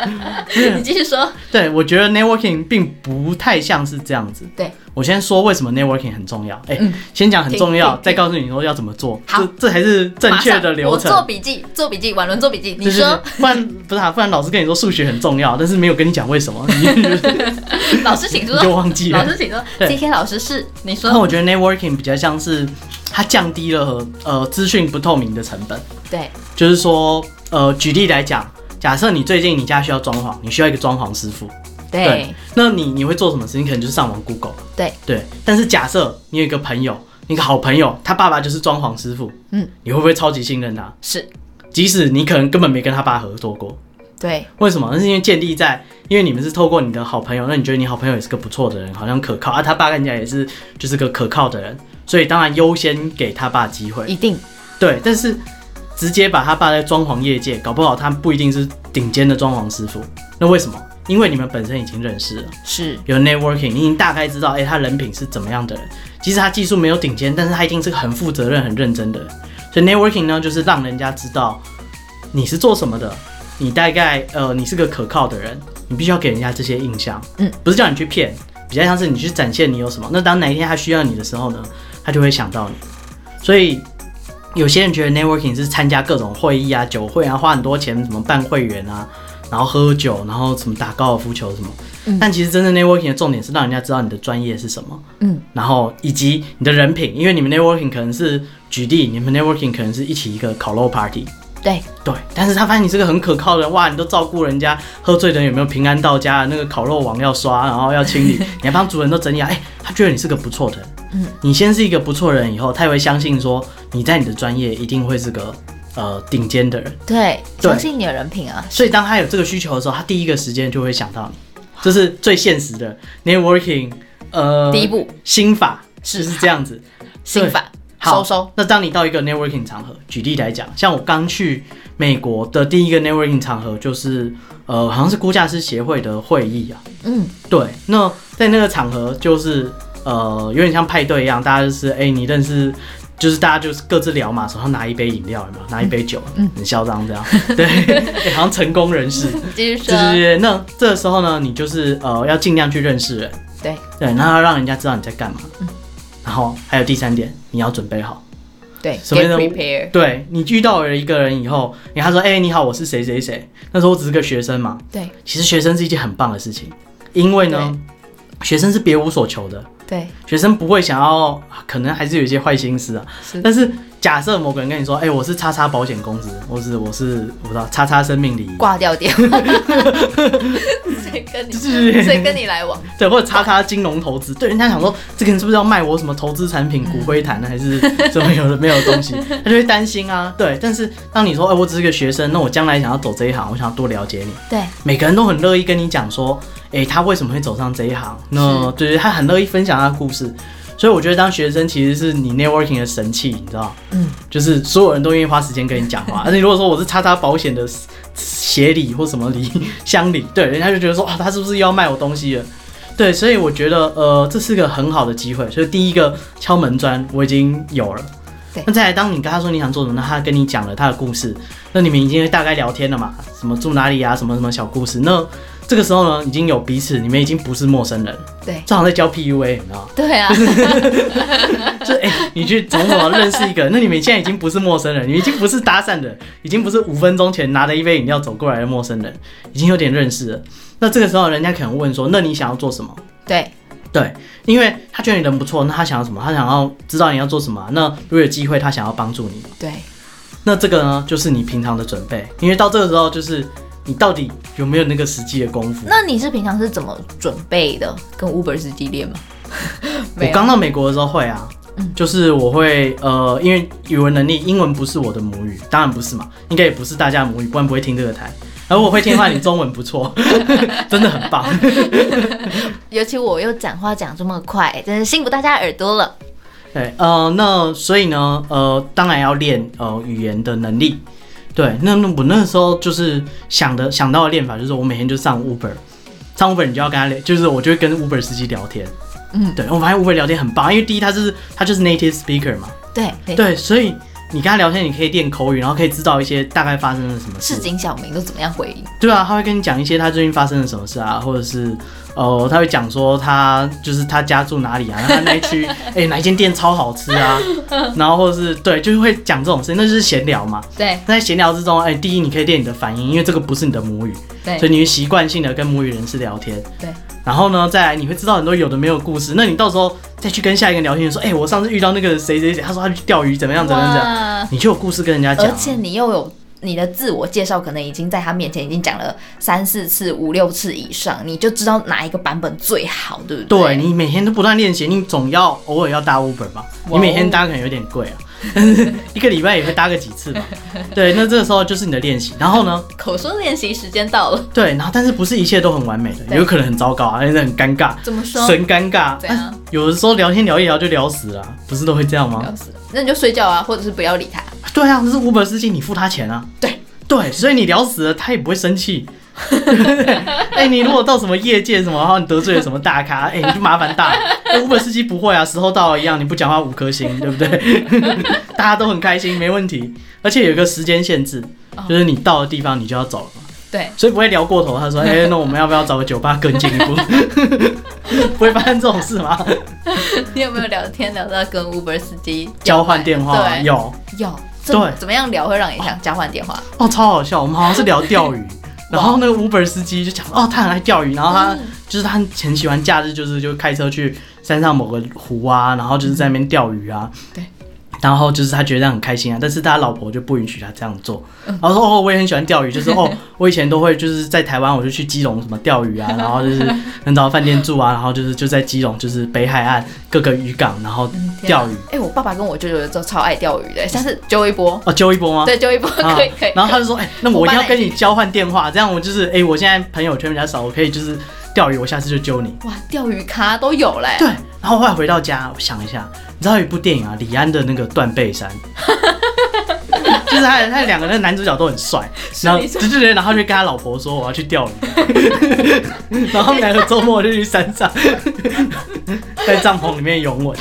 S1: 你继续说，
S2: 对我觉得 networking 并不太像是这样子。
S1: 对，
S2: 我先说为什么 networking 很重要。哎、
S1: 嗯
S2: 先讲很重要
S1: 听，听
S2: 再告诉你说要怎么做，
S1: 好
S2: 这这才是正确的流
S1: 马上我做
S2: 程。
S1: 笔记，做笔记，婉伦做笔记，你
S2: 对对
S1: 说
S2: 对，不然不是啊，不然老师跟你说数学很重要，但是没有跟你讲为什么，
S1: 嗯
S2: 你
S1: 老师请
S2: 你就
S1: 说，
S2: 忘记
S1: 老
S2: 了。
S1: 师请说
S2: 对哦
S1: ，J.K. 老师是你
S2: 那
S1: 说，
S2: 我觉得 networking 比较像是它降低了呃资讯不透明的成本，
S1: 对，
S2: 就是说呃举例来讲，假设你最近你家需要装潢，你需要一个装潢师傅，
S1: 对
S2: 对，那你你会做什么事情？你可能就是上网 Google。
S1: 对
S2: 对，但是假设你有一个朋友，你一个好朋友，他爸爸就是装潢师傅，
S1: 嗯，
S2: 你会不会超级信任他？
S1: 是，
S2: 即使你可能根本没跟他爸合作过，
S1: 对，
S2: 为什么？那是因为建立在，因为你们是透过你的好朋友，那你觉得你好朋友也是个不错的人，好像可靠啊，他爸看起来也是就是个可靠的人，所以当然优先给他爸机会。
S1: 一定
S2: 对，但是直接把他爸在装潢业界，搞不好他不一定是顶尖的装潢师傅，那为什么？因为你们本身已经认识了。
S1: 是。
S2: 有 networking，你已经大概知道，哎、他人品是怎么样的人。即使他技术没有顶尖，但是他一定是个很负责任、很认真的人。所以 networking 呢，就是让人家知道你是做什么的，你大概呃，你是个可靠的人，你必须要给人家这些印象。
S1: 嗯，
S2: 不是叫你去骗，比较像是你去展现你有什么。那当哪一天他需要你的时候呢，他就会想到你。所以有些人觉得 networking 是参加各种会议啊、酒会啊，花很多钱什么办会员啊，然后喝酒，然后什么打高尔夫球什么。但其实真正 networking 的重点是让人家知道你的专业是什么，
S1: 嗯，
S2: 然后以及你的人品，因为你们 networking 可能是举例，你们 networking 可能是一起一个烤肉 party，
S1: 对，
S2: 对，但是他发现你是个很可靠的人，哇，你都照顾人家，喝醉的人有没有平安到家，那个烤肉网要刷，然后要清 理，你还帮主人都整理啊，哎、他觉得你是个不错的人，
S1: 嗯，
S2: 你先是一个不错的人，以后他也会相信说你在你的专业一定会是个呃顶尖的人，
S1: 对，
S2: 对
S1: 相信你的人品啊，
S2: 所以当他有这个需求的时候，他第一个时间就会想到你，这是最现实的 networking。呃，
S1: 第一步
S2: 心法
S1: 是
S2: 就是这样子。
S1: 心法收
S2: 好，
S1: 收，
S2: 那当你到一个 networking 场合，举例来讲，像我刚去美国的第一个 networking 场合就是呃，好像是估价师协会的会议啊。
S1: 嗯，
S2: 对，那在那个场合就是呃，有点像派对一样，大家就是哎、你认识。就是大家就是各自聊嘛，手上拿一杯饮料，有没有？拿一杯酒，嗯，很嚣张这样，对、 哎好像成功人士，
S1: 你继续
S2: 对
S1: 说，
S2: 对对，那这时候呢，你就是呃要尽量去认识人，
S1: 对
S2: 对，然后让人家知道你在干嘛。然后还有第三点，你要准备好。
S1: 对
S2: 所谓
S1: ，get
S2: 的
S1: prepare，
S2: 对你遇到了一个人以后，你跟他说：“哎、你好，我是谁谁谁。”那时候我只是个学生嘛，
S1: 对
S2: 其实学生是一件很棒的事情，因为呢，学生是别无所求的，
S1: 对
S2: 学生不会想要，可能还是有一些坏心思啊
S1: 是，
S2: 但是假设某个人跟你说，哎、我是叉叉保险公司，我是我是我不知道叉叉生命礼仪，
S1: 挂掉 电话，谁跟你
S2: 是
S1: 谁跟你来往？
S2: 对，或者叉叉金融投资，对，人家想说这个人是不是要卖我什么投资产品、骨灰坛还是什么有的没有的东西，他就会担心啊。对，但是当你说，哎、我只是个学生，那我将来想要走这一行，我想要多了解你，
S1: 对，
S2: 每个人都很乐意跟你讲说，哎、他为什么会走上这一行？那对，他很乐意分享他的故事。所以我觉得当学生其实是你 networking 的神器，你知道，
S1: 嗯，
S2: 就是所有人都愿意花时间跟你讲 话。而且如果说我是叉叉保险的呃协理或什么理乡里，对，人家就觉得说啊，他是不是又要卖我东西了？对，所以我觉得呃，这是个很好的机会。所以第一个敲门砖我已经有了
S1: 对。
S2: 那再来，当你跟他说你想做什么，那他跟你讲了他的故事，那你们已经大概聊天了嘛？什么住哪里啊，什么什么小故事。那这个时候呢，已经有彼此，你们已经不是陌生人，
S1: 对，
S2: 正好在教 PUA，你知道吗？
S1: 对啊，
S2: 就哎、你去怎么怎么认识一个人，那你们现在已经不是陌生人，你们已经不是搭讪的，已经不是五分钟前拿着一杯饮料走过来的陌生人，已经有点认识了。那这个时候，人家可能问说：“那你想要做什么
S1: 对，？”
S2: 对，因为他觉得你人不错，那他想要什么？他想要知道你要做什么啊、那如果有机会，他想要帮助你，
S1: 对，
S2: 那这个呢，就是你平常的准备。因为到这个时候，就是你到底有没有那个实际的功夫？
S1: 那你是平常是怎么准备的？跟 Uber 司机练吗？
S2: 我
S1: 没有嗯
S2: 刚到美国的时候会啊，就是我会呃，因为语文能力，英文不是我的母语，当然不是嘛，应该也不是大家的母语，不然不会听这个台。而我会听的话，你中文不错， 真的很棒。
S1: 尤其我又讲话讲这么快，真是辛苦大家耳朵了。
S2: 对，呃，那所以呢，呃，当然要练呃语言的能力。对，那那我那时候就是想的想到的练法，就是我每天就上 Uber，上 Uber 你就要跟他聊，就是我就会跟 Uber 司机聊天。
S1: 嗯，
S2: 对，我发现 Uber 聊天很棒，因为第一他就是他就是 native speaker 嘛，
S1: 对对，
S2: 对，所以你跟他聊天，你可以练口语，然后可以知道一些大概发生了什么
S1: 市
S2: 事。
S1: 井小民都怎么样回应？
S2: 对啊，他会跟你讲一些他最近发生了什么事啊，或者是呃，他会讲说他就是他家住哪里啊，他那一 区哎、哪一间店超好吃啊，然后或者是对，就是会讲这种事，那就是闲聊嘛。
S1: 对
S2: 那在闲聊之中，哎、第一你可以练你的反应，因为这个不是你的母语，所
S1: 对
S2: 以你会习惯性的跟母语人士聊天。
S1: 对，
S2: 然后呢，再来你会知道很多有的没有的故事，那你到时候再去跟下一个人聊天，说，哎、我上次遇到那个谁谁谁，他说他去钓鱼，怎么样怎么样怎么样。
S1: 哇
S2: 你就有故事跟人家讲
S1: 而
S2: 啊。
S1: 且你又有你的自我介绍，可能已经在他面前已经讲了三四次、五六次以上，你就知道哪一个版本最好，对不
S2: 对你每天都不断练习，你总要偶尔要搭 Uber 吧？
S1: 哇哦哦
S2: 你每天搭可能有点贵啊， 一个礼拜也会搭个几 次吧。对，那这个时候就是你的练习。然后呢，
S1: 口说练习时间到了，
S2: 对，然后但是不是一切都很完美的，
S1: 对
S2: 有可能很糟糕啊，而且很尴尬，
S1: 怎么说？
S2: 神尴尬。
S1: 怎样
S2: 啊有的时候聊天聊一聊就聊死了啊、不是都会这样吗？
S1: 要死了那你就睡觉啊，或者是不要理他。
S2: 对啊，这是 Uber 司机，你付他钱啊。
S1: 对
S2: 对，所以你聊死了，他也不会生气。 哎、你如果到什么业界什么，然后你得罪了什么大咖，哎、你就麻烦大了。哎 Uber 司机不会啊，时候到了一样，你不讲话五颗星，对不对？ 大家都很开心，没问题。而且有一个时间限制，
S1: 哦
S2: 就是你到的地方你就要走了嘛，
S1: 对，
S2: 所以不会聊过头。他说：“哎、那我们要不要找个酒吧更进一步？” 不会发生这种事吗？
S1: 你有没有聊天聊到跟 Uber 司机
S2: 交换电话吗
S1: 对
S2: 有
S1: 有？
S2: 对
S1: 怎怎么样聊会让你想交换电话？
S2: 哦，超好笑，我们好像是聊钓 鱼。然后那个 Uber 司机就讲哦，他很爱钓鱼，然后他、就是他很喜欢假日，就是就开车去山上某个湖啊，然后就是在那边钓鱼啊。
S1: 对。
S2: 然后就是他觉得这样很开心啊，但是他老婆就不允许他这样做。然后说哦，我也很喜欢钓鱼，就是 哦，我以前都会就是在台湾我就去基隆什么钓鱼 啊，然后就是很早饭店住啊，然后就是就在基隆就是北海岸各个渔港，然后嗯钓鱼。
S1: 哎、我爸爸跟我舅舅都超爱钓鱼的，下次揪一波，
S2: 哦，揪一波吗？
S1: 对，揪一波、
S2: 啊
S1: 可以可以。
S2: 然后他就说：“哎、那我一定要
S1: 我帮
S2: 跟
S1: 你
S2: 你交换电话，这样我就是哎、我现在朋友圈比较少，我可以就是钓鱼，我下次就揪你。
S1: 哇，钓鱼咖都有嘞”，
S2: 对，然后后来回到家，我想一下，你知道有一部电影啊，李安的那个《断背山》。 就是他，他两个那个男主角都很帅，然后
S1: 没错
S2: 对对对，然后就跟他老婆说我要去钓鱼， 然后他们两个周末就去山上， 在帐篷里面拥吻。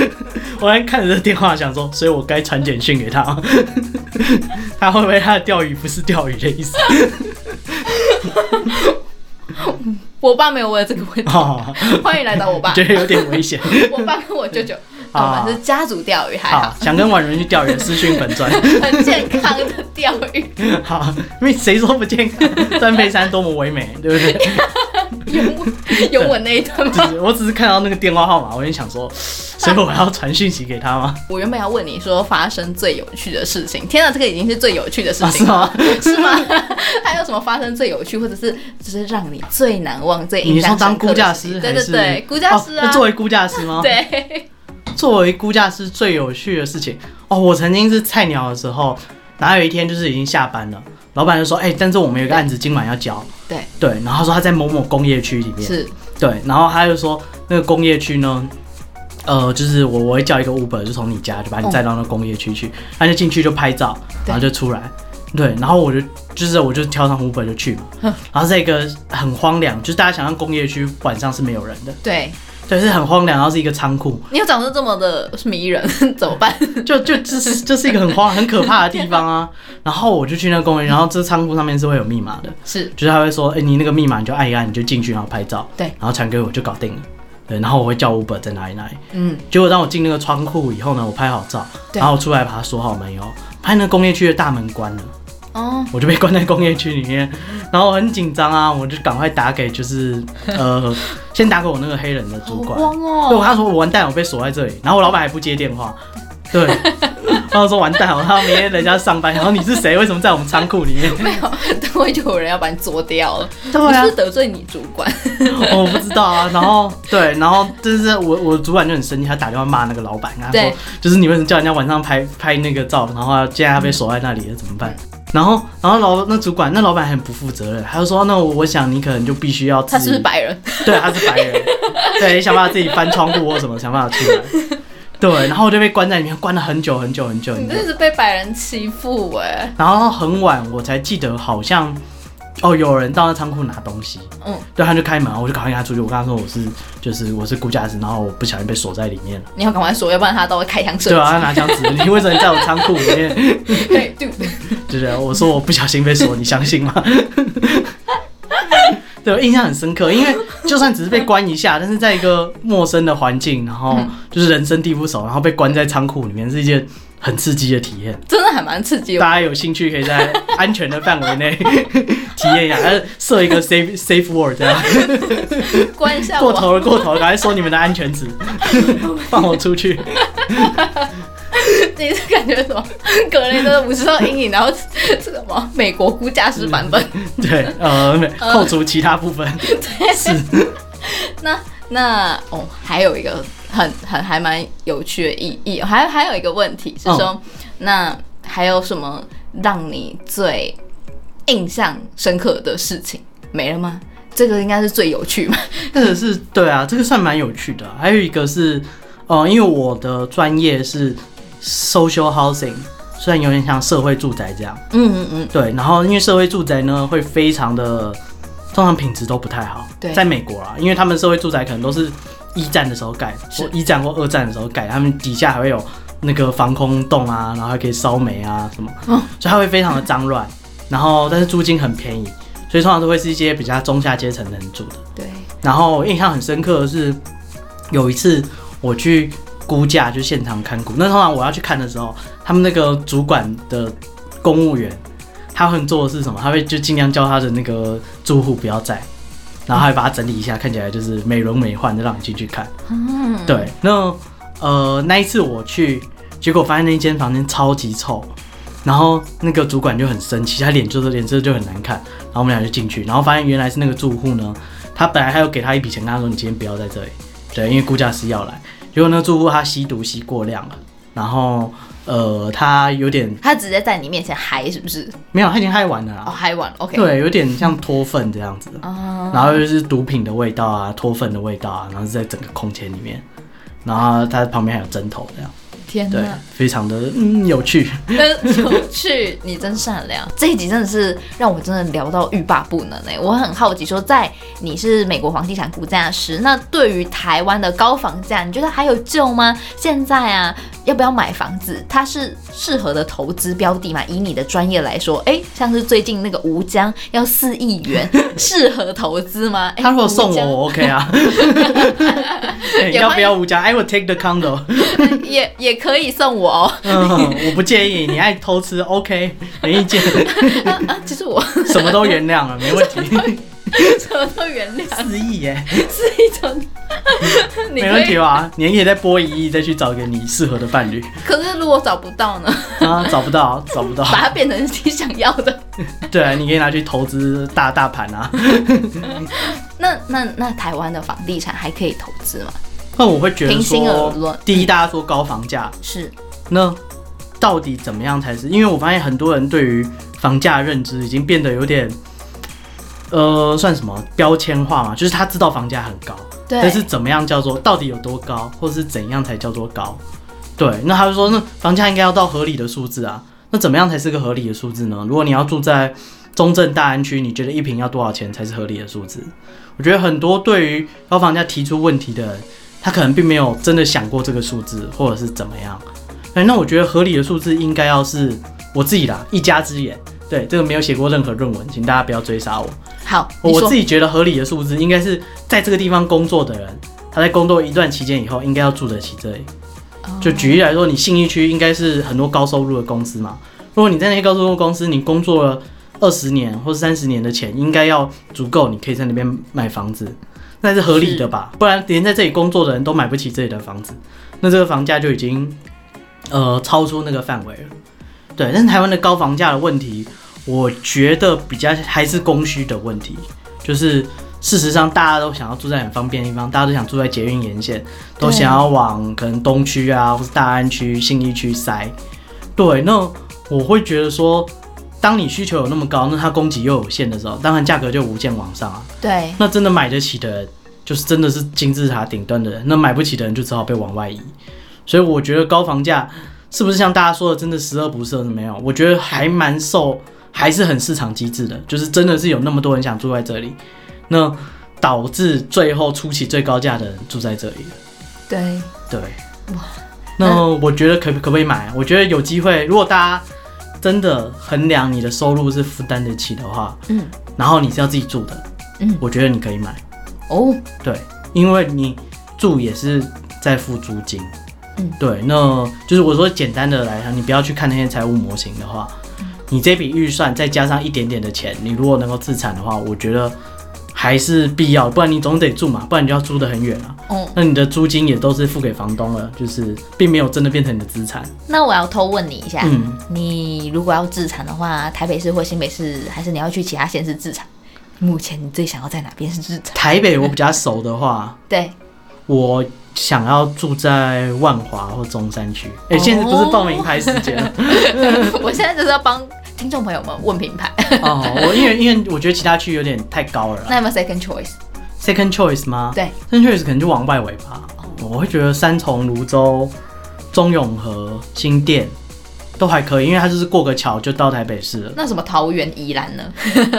S2: 我还看着这电话想说，所以我该传简讯给他 吗，他会不会他的钓鱼不是钓鱼的意思？
S1: 我爸没有问这个问题，
S2: 哦，
S1: 欢迎来找我 爸。
S2: 觉得有点危险。
S1: 我爸跟我舅舅，
S2: 啊
S1: 他们是家族钓鱼，还
S2: 好
S1: 好，，
S2: 想跟婉容去钓鱼，私讯本专。
S1: 很健康的钓鱼。
S2: 好，因为谁说不健康？断背山多么唯美，对不对？
S1: 原文原文那一段吗？
S2: 就是我只是看到那个电话号码，我就想说，所以我要传讯息给他吗？
S1: 我原本要问你说发生最有趣的事情，天啊哪，这个已经是最有趣的事
S2: 啊，是
S1: 情了，
S2: 吗？
S1: 是吗？还有什么发生最有趣，或者是就是让你最难忘、最
S2: 你
S1: 印
S2: 说
S1: 象
S2: 当
S1: 深
S2: 估
S1: 刻
S2: 价
S1: 的事
S2: 师
S1: 情？
S2: 还
S1: 对
S2: 是
S1: 对对，估价师
S2: 哦那
S1: 啊，
S2: 作为估价师吗？，
S1: 对，
S2: 作为估价师最有趣的事情哦，我曾经是菜鸟的时候，然后有一天就是已经下班了，老板就说：“哎、但是我们有一个案子今晚要交。”
S1: 对
S2: 对，然后他说他在某某工业区里 面，
S1: 是
S2: 对，然后他就说那个工业区呢，呃，就是我我会叫一个 Uber，就从你家就把你载到那个工业区去，他就进去就拍照，然后就出来。对，然后我就就是我就挑上 Uber 就去嘛，然后在一个很荒凉，就是大家想象工业区晚上是没有人的，
S1: 对。
S2: 对，是很荒凉，然后是一个仓库，
S1: 你又长得这么的迷人， 怎么办？
S2: 就就这是这是一个很荒很可怕的地方啊。然后我就去那个公园，然后这仓库上面是会有密码的，
S1: 是
S2: 就是他会说，哎、你那个密码你就按一按，你就进去然后拍照，
S1: 对
S2: 然后传给我就搞定了。对，然后我会叫 Uber 在哪里哪里。
S1: 嗯，
S2: 结果当我进那个仓库以后呢，我拍好照，
S1: 对
S2: 然后我出来把它锁好门以后，拍那个工业区的大门关了，
S1: 哦，
S2: 我就被关在工业区里面，然后我很紧张啊，我就赶快打 给就是呃，先打给我那个黑人的
S1: 好
S2: 主管，
S1: 慌
S2: 对，我
S1: 哦，
S2: 他说我完蛋，我被锁在这里，然后我老板还不接电话， 对，然后我说完蛋，我他明天人家上班，然后你是谁？为什么在我们仓库里面？
S1: 没有，等会就有人要把你做掉了。
S2: 对啊
S1: 你是不是得罪你主管？
S2: 哦 我不知道啊，然后对，然后就是我我主管就很生气，他打电话骂那个老板，跟他说
S1: 对
S2: 就是你为什么叫人家晚上拍拍那个照，然后现在他被锁在那里了，怎么办？然后然后老那主管那老板很不负责任，他就说那我我想你可能就必须要
S1: 他
S2: 自
S1: 是不是
S2: 己
S1: 白人？
S2: 对，他是白人，对，想办法自己翻窗户或什么，想办法出来。对，然后我就被关在里面，关了很久很久很久
S1: 你
S2: 很久
S1: 真，的是被白人欺负哎、
S2: 然后很晚我才记得好像。哦，有人到那仓库拿东西，
S1: 嗯，
S2: 对，他就开门，我就赶快跟他出去。我跟他说我是就是我是估价师，然后我不小心被锁在里面了，
S1: 你要赶快说，要不然他到会开枪射
S2: 对啊，他拿枪指着你，为什么在我仓库里面？
S1: 你。对，对，
S2: 对对，我说我不小心被锁，你相信吗？ 对，我印象很深刻，因为就算只是被关一下，但是在一个陌生的环境，然后就是人生地不熟，然后被关在仓库里面，是一件很刺激的体验。
S1: 真的还蛮刺激的。
S2: 大家有兴趣可以在安全的范围内体验一下，呃设 一个 safe safe word 这样，
S1: 关一下
S2: 过
S1: 我，
S2: 头了过头了，赶快说你们的安全词，放我出去。
S1: 你是感觉什么？格雷的五十道阴影，然后是什么美国估价师版本？
S2: 对，呃，扣除其他部分，
S1: 那那哦，还有一个很很还蛮有趣的意义，还还有一个问题是说，那还有什么让你最印象深刻的事情没了吗？这个应该是最有趣 吧？
S2: 这个是对啊，这个算蛮有趣的。还有一个是，呃，因为我的专业是 social housing，虽然有点像社会住宅这样，
S1: 嗯嗯嗯，
S2: 对。然后因为社会住宅呢，会非常的，通常品质都不太好。
S1: 对
S2: 在美国啊，因为他们社会住宅可能都是一战的时候盖，或
S1: 是
S2: 一战或二战的时候盖，他们底下还会有那个防空洞啊，然后还可以烧煤啊什么，
S1: 哦
S2: 所以它会非常的脏乱。然后但是租金很便宜，所以通常都会是一些比较中下阶层的人住的。
S1: 对，
S2: 然后印象很深刻的是，有一次我去估价，就现场看估。那通常我要去看的时候，他们那个主管的公务员，他会做的是什么？他会就尽量叫他的那个住户不要在，然后还把它整理一下，看起来就是美轮美奂的，让你进去看。
S1: 嗯，
S2: 对，那呃那一次我去，结果发现那一间房间超级臭，然后那个主管就很生气，他脸就是脸色就很难看，然后我们俩就进去，然后发现原来是那个住户呢，他本来还有给他一笔钱，跟他说你今天不要在这里，对，因为估价师要来，结果那个住户他吸毒吸过量了，然后呃他有点
S1: 他直接在你面前嗨，是不是？
S2: 没有，他已经嗨完了
S1: 哦，
S2: 啦，
S1: 嗨完了，OK，
S2: 对，有点像脱粪这样子，
S1: 啊，
S2: 然后就是毒品的味道啊，脱粪的味道啊，然后是在整个空间里面，然后他旁边还有针头这样。
S1: 天
S2: 对
S1: 哪，，
S2: 非常的嗯有趣。
S1: 有趣，你真善良。 这一集真的是让我真的聊到欲罢不能哎、我很好奇说，在你是美国房地产估价师，那对于台湾的高房价，你觉得还有救吗？现在啊，要不要买房子？它是适合的投资标的吗？以你的专业来说，哎、像是最近那个吴江要四亿 元，适合投资吗？哎
S2: 他如果送
S1: 吴江
S2: 我，我 OK 啊。 哎
S1: 也
S2: 要
S1: 欢
S2: 不
S1: 迎
S2: 要无价？I will take the condo。
S1: 也也可以送我哦。
S2: 嗯，我不介意，你爱偷吃 OK，没意见，
S1: 啊啊，其实我
S2: 什么都原谅了，没问题。
S1: 什么都原 谅，
S2: 四亿耶，
S1: 是一种。 你
S2: 没
S1: 可
S2: 问题
S1: 以，
S2: 吧？你也可以再拨一亿，再去找一个你适合的伴侣
S1: 可是如果找不到呢？
S2: 啊！找不到，找不到，
S1: 把它变成你想要的。
S2: 对啊，你可以拿去投资大大盘啊。
S1: 那那那台湾的房地产还可以投资吗？
S2: 那我会觉得
S1: 平心而
S2: 说
S1: 论，
S2: 第一，大家说高房价，
S1: 是
S2: 那到底怎么样才是？因为我发现很多人对于房价认知已经变得有点，呃，算什么标签化嘛？就是他知道房价很高，
S1: 对
S2: 但是怎么样叫做到底有多高，或是怎样才叫做高？对，那他就说，那房价应该要到合理的数字啊。那怎么样才是个合理的数字呢？如果你要住在中正大安区，你觉得一平要多少钱才是合理的数字？我觉得很多对于高房价提出问题的人，他可能并没有真的想过这个数字，或者是怎么样。哎，那我觉得合理的数字应该要是我自己啦，一家之言。对，这个没有写过任何论文，请大家不要追杀我。
S1: 好，你
S2: 哦我
S1: 说
S2: 自己觉得合理的数字应该是在这个地方工作的人，他在工作一段期间以后，应该要住得起这里。
S1: 哦嗯
S2: 就举例来说，你信义区应该是很多高收入的公司嘛。如果你在那些高收入公司，你工作了二十年或三十年的钱，应该要足够，你可以在那边买房子，那是合理的吧？不然连在这里工作的人都买不起这里的房子，那这个房价就已经呃超出那个范围了。对，但是台湾的高房价的问题，我觉得比较还是供需的问题，就是事实上大家都想要住在很方便的地方，大家都想住在捷运沿线，都
S1: 对
S2: 想要往可能东区啊，或是大安区、信义区塞。对，那我会觉得说，当你需求有那么高，那它供给又有限的时候，当然价格就无限往上啊。
S1: 对
S2: 那真的买得起的人，就是真的是金字塔顶端的人；那买不起的人，就只好被往外移。所以我觉得高房价是不是像大家说的，真的十恶不赦呢？没有，我觉得还蛮受，还是很市场机制的，就是真的是有那么多人想住在这里，那导致最后出起最高价的人住在这里了。
S1: 对，
S2: 对，那我觉得可可不可以买？我觉得有机会，如果大家真的衡量你的收入是负担得起的话，
S1: 嗯，
S2: 然后你是要自己住的，
S1: 嗯
S2: 我觉得你可以买，
S1: 哦，
S2: 对，因为你住也是在付租金，
S1: 嗯，
S2: 对，那就是我说简单的来讲，你不要去看那些财务模型的话，你这笔预算再加上一点点的钱，你如果能够自产的话，我觉得还是必要，不然你总得住嘛，不然你就要租得很远啊。
S1: 哦，
S2: 那你的租金也都是付给房东了，就是并没有真的变成你的资产。
S1: 那我要偷问你一下，
S2: 嗯，
S1: 你如果要自产的话，台北市或新北市，还是你要去其他县市自产？目前你最想要在哪边是自产？
S2: 台北我比较熟的话，
S1: 对，
S2: 我想要住在万华或中山区。哎、
S1: 哦
S2: 现在不是报名牌时间了
S1: 我现在就是要帮听众朋友们问品牌。
S2: 哦。我因为因为我觉得其他区有点太高了啦
S1: 那有没有 second choice？
S2: Second choice 吗？
S1: 对哦
S2: ，Second choice 可能就往外围吧。我会觉得三重、泸州、中永和、新店都还可以，因为它就是过个桥就到台北市 了。
S1: 那什么桃园、宜兰呢？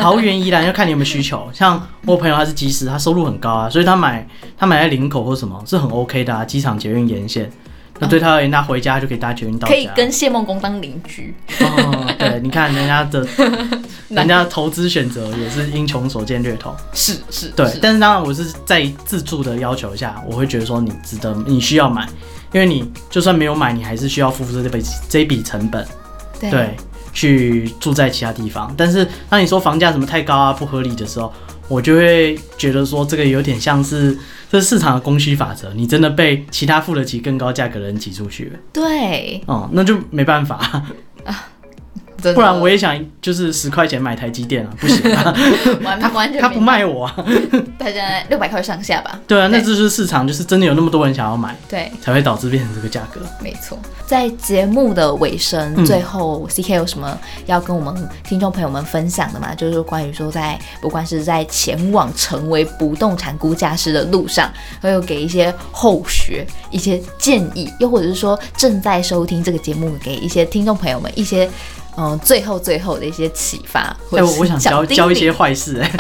S2: 桃园宜兰要看你有没有需求。像我朋友他是技师，他收入很高啊，所以他买他买在林口或什么是很 OK 的啊，机场捷运沿线。那对他而言，他回家就可以搭捷运到家。
S1: 可以跟谢梦工当邻居。
S2: 哦，对，你看人家 的，人家的投资选择也是英雄所见略同。
S1: 是是，
S2: 对
S1: 是，
S2: 但是当然我是在自住的要求下，我会觉得说你值得，你需要买，因为你就算没有买，你还是需要付出这笔这笔成本。
S1: 对
S2: 对，去住在其他地方。但是当你说房价什么太高啊、不合理的时候，我就会觉得说这个有点像是这是市场的供需法则，你真的被其他付得起更高价格的人挤出去了，
S1: 对，
S2: 哦、那就没办 法，
S1: 真的
S2: 不然我也想就是十块钱买台积电啊，不行 啊，
S1: 完完全
S2: 他不
S1: 明白，
S2: 卖我啊，
S1: 大概六百块上下吧。
S2: 对啊，那
S1: 对
S2: 这就是市场，就是真的有那么多人想要买，
S1: 对，
S2: 才会导致变成这个价格。
S1: 没错。在节目的尾声，
S2: 嗯
S1: 最后 C K 有什么要跟我们听众朋友们分享的吗？就是关于说在不管是在前往成为不动产估价师的路上，还有给一些后学一些建议，又或者是说正在收听这个节目，给一些听众朋友们一些。嗯，最后最后的一些启发，或
S2: 哎、
S1: 者
S2: 我我想
S1: 小
S2: 教
S1: 叮咛
S2: 教一些坏事、 哎。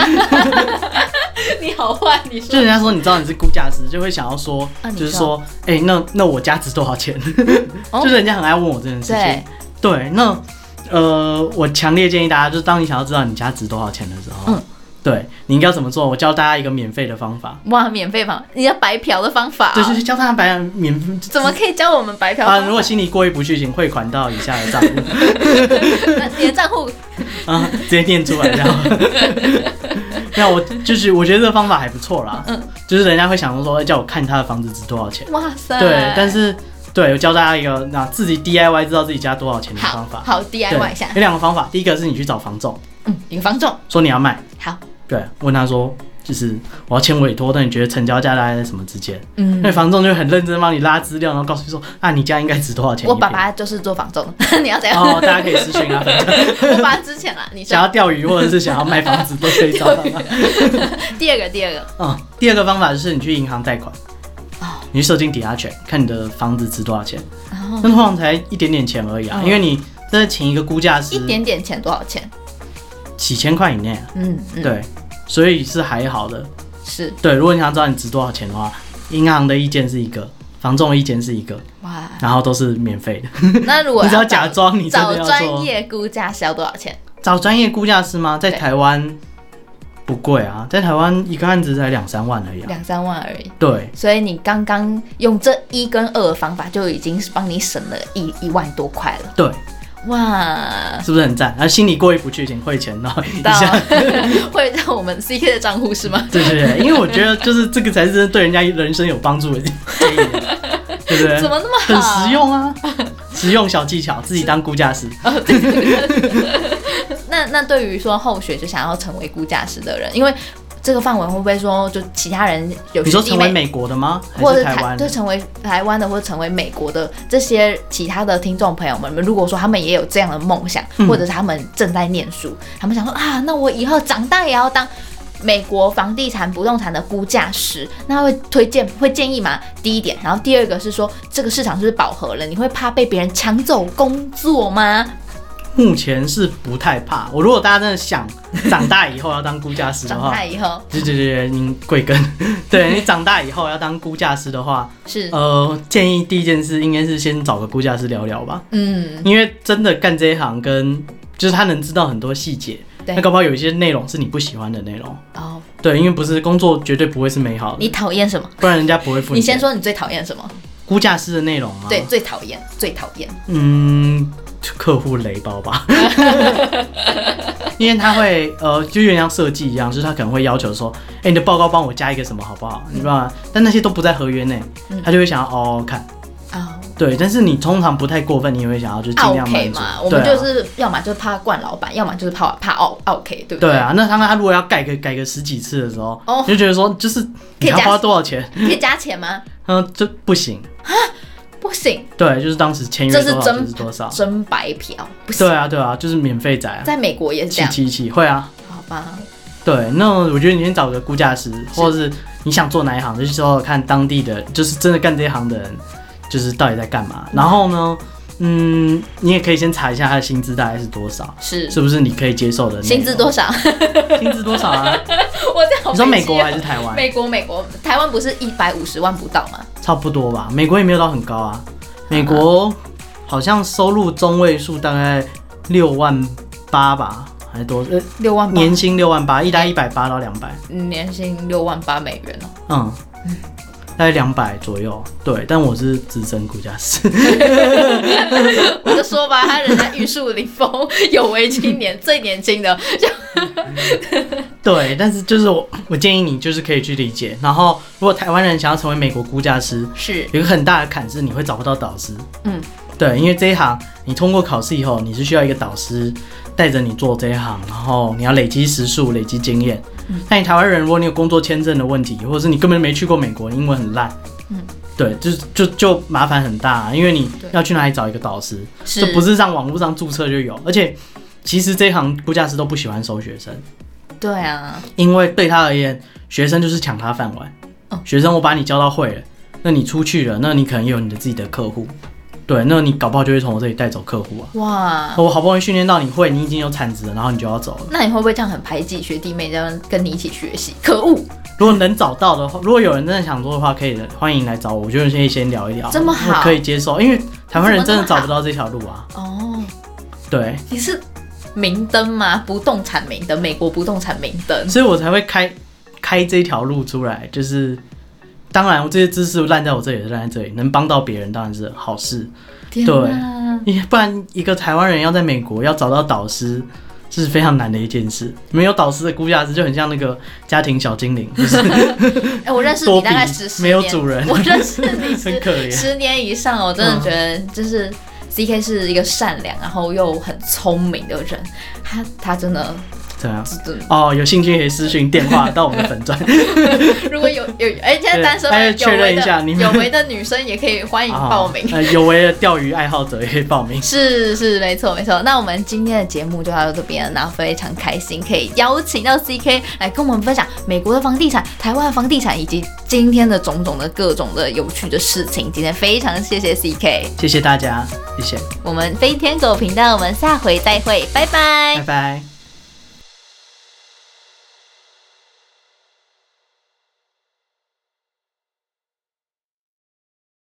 S1: 你好坏，你
S2: 就人家说你知道你是估价师，就会想要说，
S1: 啊你
S2: 就是
S1: 说
S2: 说，哎、那那我价值多少钱？
S1: 哦
S2: 就是人家很爱问我这件事情
S1: 对。
S2: 对，那呃，我强烈建议大家，就是当你想要知道你价值多少钱的时候，
S1: 嗯
S2: 对你应该怎么做？我教大家一个免费的方法，
S1: 哇，免费房，你要白嫖的方法、啊
S2: 对，就是教大家白免
S1: 怎么可以教我们白嫖
S2: 啊？
S1: 方法？
S2: 如果心里过意不去，请汇款到以下的账户。
S1: 那你的账户
S2: 啊，直接念出来这样。那我就是我觉得这个方法还不错啦，
S1: 嗯
S2: 就是人家会想说，哎叫我看他的房子值多少钱，
S1: 哇塞！
S2: 对，但是对我教大家一个，那自己 DIY 知道自己家多少钱的
S1: 好
S2: 方法，
S1: 好
S2: 对
S1: DIY 一下，
S2: 有两个方法，第一个是你去找房仲，
S1: 嗯，一个房仲，
S2: 说你要卖，
S1: 好，
S2: 对，问他说就是我要签委托，但你觉得成交价大概在什么之间？
S1: 嗯，
S2: 那房仲就很认真帮你拉资料，然后告诉你说啊，你家应该值多少钱一
S1: 我
S2: 平？
S1: 爸爸就是做房仲， 你要怎样？
S2: 哦，大家可以私讯啊，反正
S1: 我爸之前啊啦，你
S2: 想要
S1: 说
S2: 钓鱼或者是想要卖房子都可以找到他。
S1: 第二个，第二个，
S2: 嗯，第二个方法就是你去银行贷款
S1: 哦。
S2: 你去设定抵押权，看你的房子值多少钱，
S1: 然后
S2: 那通常才一点点钱而已啊，
S1: 嗯
S2: 因为你真的请一个估价师
S1: 一点点钱多少钱？
S2: 几千块以内、啊，
S1: 嗯嗯，
S2: 对，所以是还好的。
S1: 是
S2: 对，如果你想知道你值多少钱的话，银行的意见是一个，房仲的意见是一个，
S1: 哇。
S2: 然后都是免费的。
S1: 那如果
S2: 你只要
S1: 找
S2: 假装你真
S1: 找
S2: 的要
S1: 专
S2: 做，
S1: 业估价是要多少钱？
S2: 找专业估价师吗？在
S1: 对
S2: 台湾不贵啊，在台湾一个案子才两三万而已、啊。
S1: 两三万而已。
S2: 对
S1: 所以你刚刚用这一跟二的方法，就已经是帮你省了一一万多块了。
S2: 对，
S1: 哇，
S2: 是不是很赞？然后心里过意不去，先汇钱然后一
S1: 到
S2: 下。
S1: 会到我们 CK 的账户是吗？
S2: 对对对，因为我觉得就是这个才是对人家人生有帮 助的建议，对不对？
S1: 怎么那么
S2: 很
S1: 好？
S2: 实用啊，实用小技巧，自己当估价师。
S1: 呃那那对于说后学就想要成为估价师的人，因为这个范围会不会说就其他人有
S2: 你说
S1: 学
S2: 成
S1: 弟
S2: 为
S1: 妹？
S2: 美国的吗？
S1: 或者是
S2: 还是台
S1: 台，
S2: 湾
S1: 就
S2: 的？
S1: 成为台湾的，或者成为美国的这些其他的听众朋友们，如果说他们也有这样的梦想，
S2: 嗯
S1: 或者是他们正在念书，他们想说啊，那我以后长大也要当美国房地产不动产的估价师，那会推荐会建议吗？第一点，然后第二个是说这个市场是不是饱和了？你会怕被别人抢走工作吗？
S2: 目前是不太怕。我如果大家真的想长大以后要当估价师 的
S1: 长
S2: 话
S1: 大，以后
S2: 对对对对，你贵庚？ 对你长大以后要当估价师的话，
S1: 是
S2: 呃，建议第一件事应该是先找个估价师聊聊吧，
S1: 嗯，
S2: 因为真的干这一行跟就是他能知道很多细节，
S1: 对
S2: 那搞不好有一些内容是你不喜欢的内容。
S1: 哦，
S2: 对，因为不是工作绝对不会是美好
S1: 你
S2: 的，
S1: 讨厌什么？
S2: 不然人家不会啊付
S1: 你先
S2: 钱
S1: 说你最讨厌什么？
S2: 估价师的内容吗？
S1: 对，，最讨厌，最讨厌。
S2: 嗯，客户雷包吧， 因为他会呃，就有点像设计一样，就是他可能会要求说，哎、你的报告帮我加一个什么好不好？你帮我，但那些都不在合约内
S1: 嗯，
S2: 他就会想要哦看，
S1: 哦，
S2: 对，但是你通常不太过分，你也会想要就尽量
S1: OK
S2: 满足
S1: 嘛，我
S2: 对
S1: 们
S2: 啊
S1: 就是要么就是怕惯老板，要么就是怕怕 O OK，对不
S2: 对啊，那他他如果要改个改个十几次的时候，
S1: 哦
S2: 你就觉得说就是
S1: 可以
S2: 你要
S1: 加
S2: 花多少钱，
S1: 可以加钱吗？
S2: 嗯，这不行，
S1: 不行，
S2: 对，就是当时签约
S1: 这
S2: 多
S1: 是
S2: 少
S1: 真
S2: 就是多少，
S1: 真白嫖，不行
S2: 啊对。啊对啊，就是免费仔啊，
S1: 在美国也是这
S2: 七
S1: 样，
S2: 七七会啊，
S1: 好吧？
S2: 对，那我觉得你先找个估价师，或者是你想做哪一行，就去找找看当地的，就是真的干这一行的人，就是到底在干嘛。然后呢，嗯，你也可以先查一下他的薪资大概是多少，
S1: 是
S2: 是不是你可以接受的？
S1: 薪资多？少？
S2: 薪资多少啊？
S1: 我这好
S2: 你说美国还
S1: 是
S2: 是台湾？
S1: 美国？美国，台湾不是一百五十万不到吗？
S2: 差不多吧，美国也没有到很高啊。
S1: 嗯
S2: 美国好像收入中位数大概六万八吧，还是多？呃，
S1: 六万八，
S2: 年薪六万八，一单一百八到两百。
S1: 年薪六万八美元哦。
S2: 嗯，大概两百左右。对，但我是资深估价师。
S1: 我就说吧，他人家玉树临风， 有为青年，最年轻的，
S2: 对，但是就是我，我建议你就是可以去理解。然后，如果台湾人想要成为美国估价师，
S1: 是
S2: 有一个很大的坎是你会找不到导师。
S1: 嗯，
S2: 对，因为这一行你通过考试以后，你是需要一个导师带着你做这一行，然后你要累积时数、累积经验。
S1: 嗯
S2: 那你台湾人，如果你有工作签证的问题，或者是你根本没去过美国，你英文很烂，
S1: 嗯，
S2: 对，就是就就麻烦很大、啊因为你
S1: 对
S2: 要去哪里找一个导师？
S1: 是
S2: 这不是上网络上注册就有，而且其实这一行估价师都不喜欢收学生，
S1: 对啊，
S2: 因为对他而言，学生就是抢他饭碗。
S1: 哦
S2: 学生我把你教到会了，那你出去了，那你可能有你的自己的客户，对，那你搞不好就会从我这里带走客户啊。
S1: 哇，
S2: 我好不容易训练到你会，你已经有产值了，然后你就要走了。
S1: 那你会不会这样很排挤学弟妹，这样跟你一起学习？可恶，
S2: 如果能找到的话，如果有人真的想做的话，可以欢迎来找我，我觉得可以先聊一聊，
S1: 这么好
S2: 我可以接受，因为台湾人真的
S1: 怎么那么好
S2: 找不到这条路啊。
S1: 哦，
S2: 对，
S1: 你是明灯吗？不动产明灯，美国不动产明灯。
S2: 所以我才会开开这条路出来。就是，当然我这些知识烂在我这里，烂在这里，能帮到别人当然是好事。
S1: 天哪，
S2: 你不然一个台湾人要在美国要找到导师，这是非常难的一件事。没有导师的估价师就很像那个家庭小 精灵，就是
S1: 哎、我认识
S2: 多
S1: 你
S2: 比
S1: 大概十十
S2: 没有
S1: 年
S2: 主人
S1: 我认识 你
S2: 很
S1: 十
S2: 可怜。嗯
S1: 十年以上，我真的觉得就是。C K 是一个善良，然后又很聪明的人，他他真的，
S2: 怎样？
S1: 真的
S2: 哦，有兴趣可以私讯电话到我们的粉专。
S1: 如果有有，哎、现在单身
S2: 大
S1: 吗
S2: 家
S1: 有
S2: 确认
S1: 为
S2: 一下
S1: 的
S2: 你们
S1: 有为的女生也可以欢迎 报名。
S2: 呃，有为的钓鱼爱好者也可以报名。
S1: 是是，没错没错。那我们今天的节目就到这边，然后非常开心可以邀请到 CK 来跟我们分享美国的房地产、台湾的房地产以及今天的种种的各种的有趣的事情。今天非常谢谢 CK，
S2: 谢谢大家，谢谢，
S1: 我们飞天狗频道，我们下回再会，拜拜
S2: 拜拜。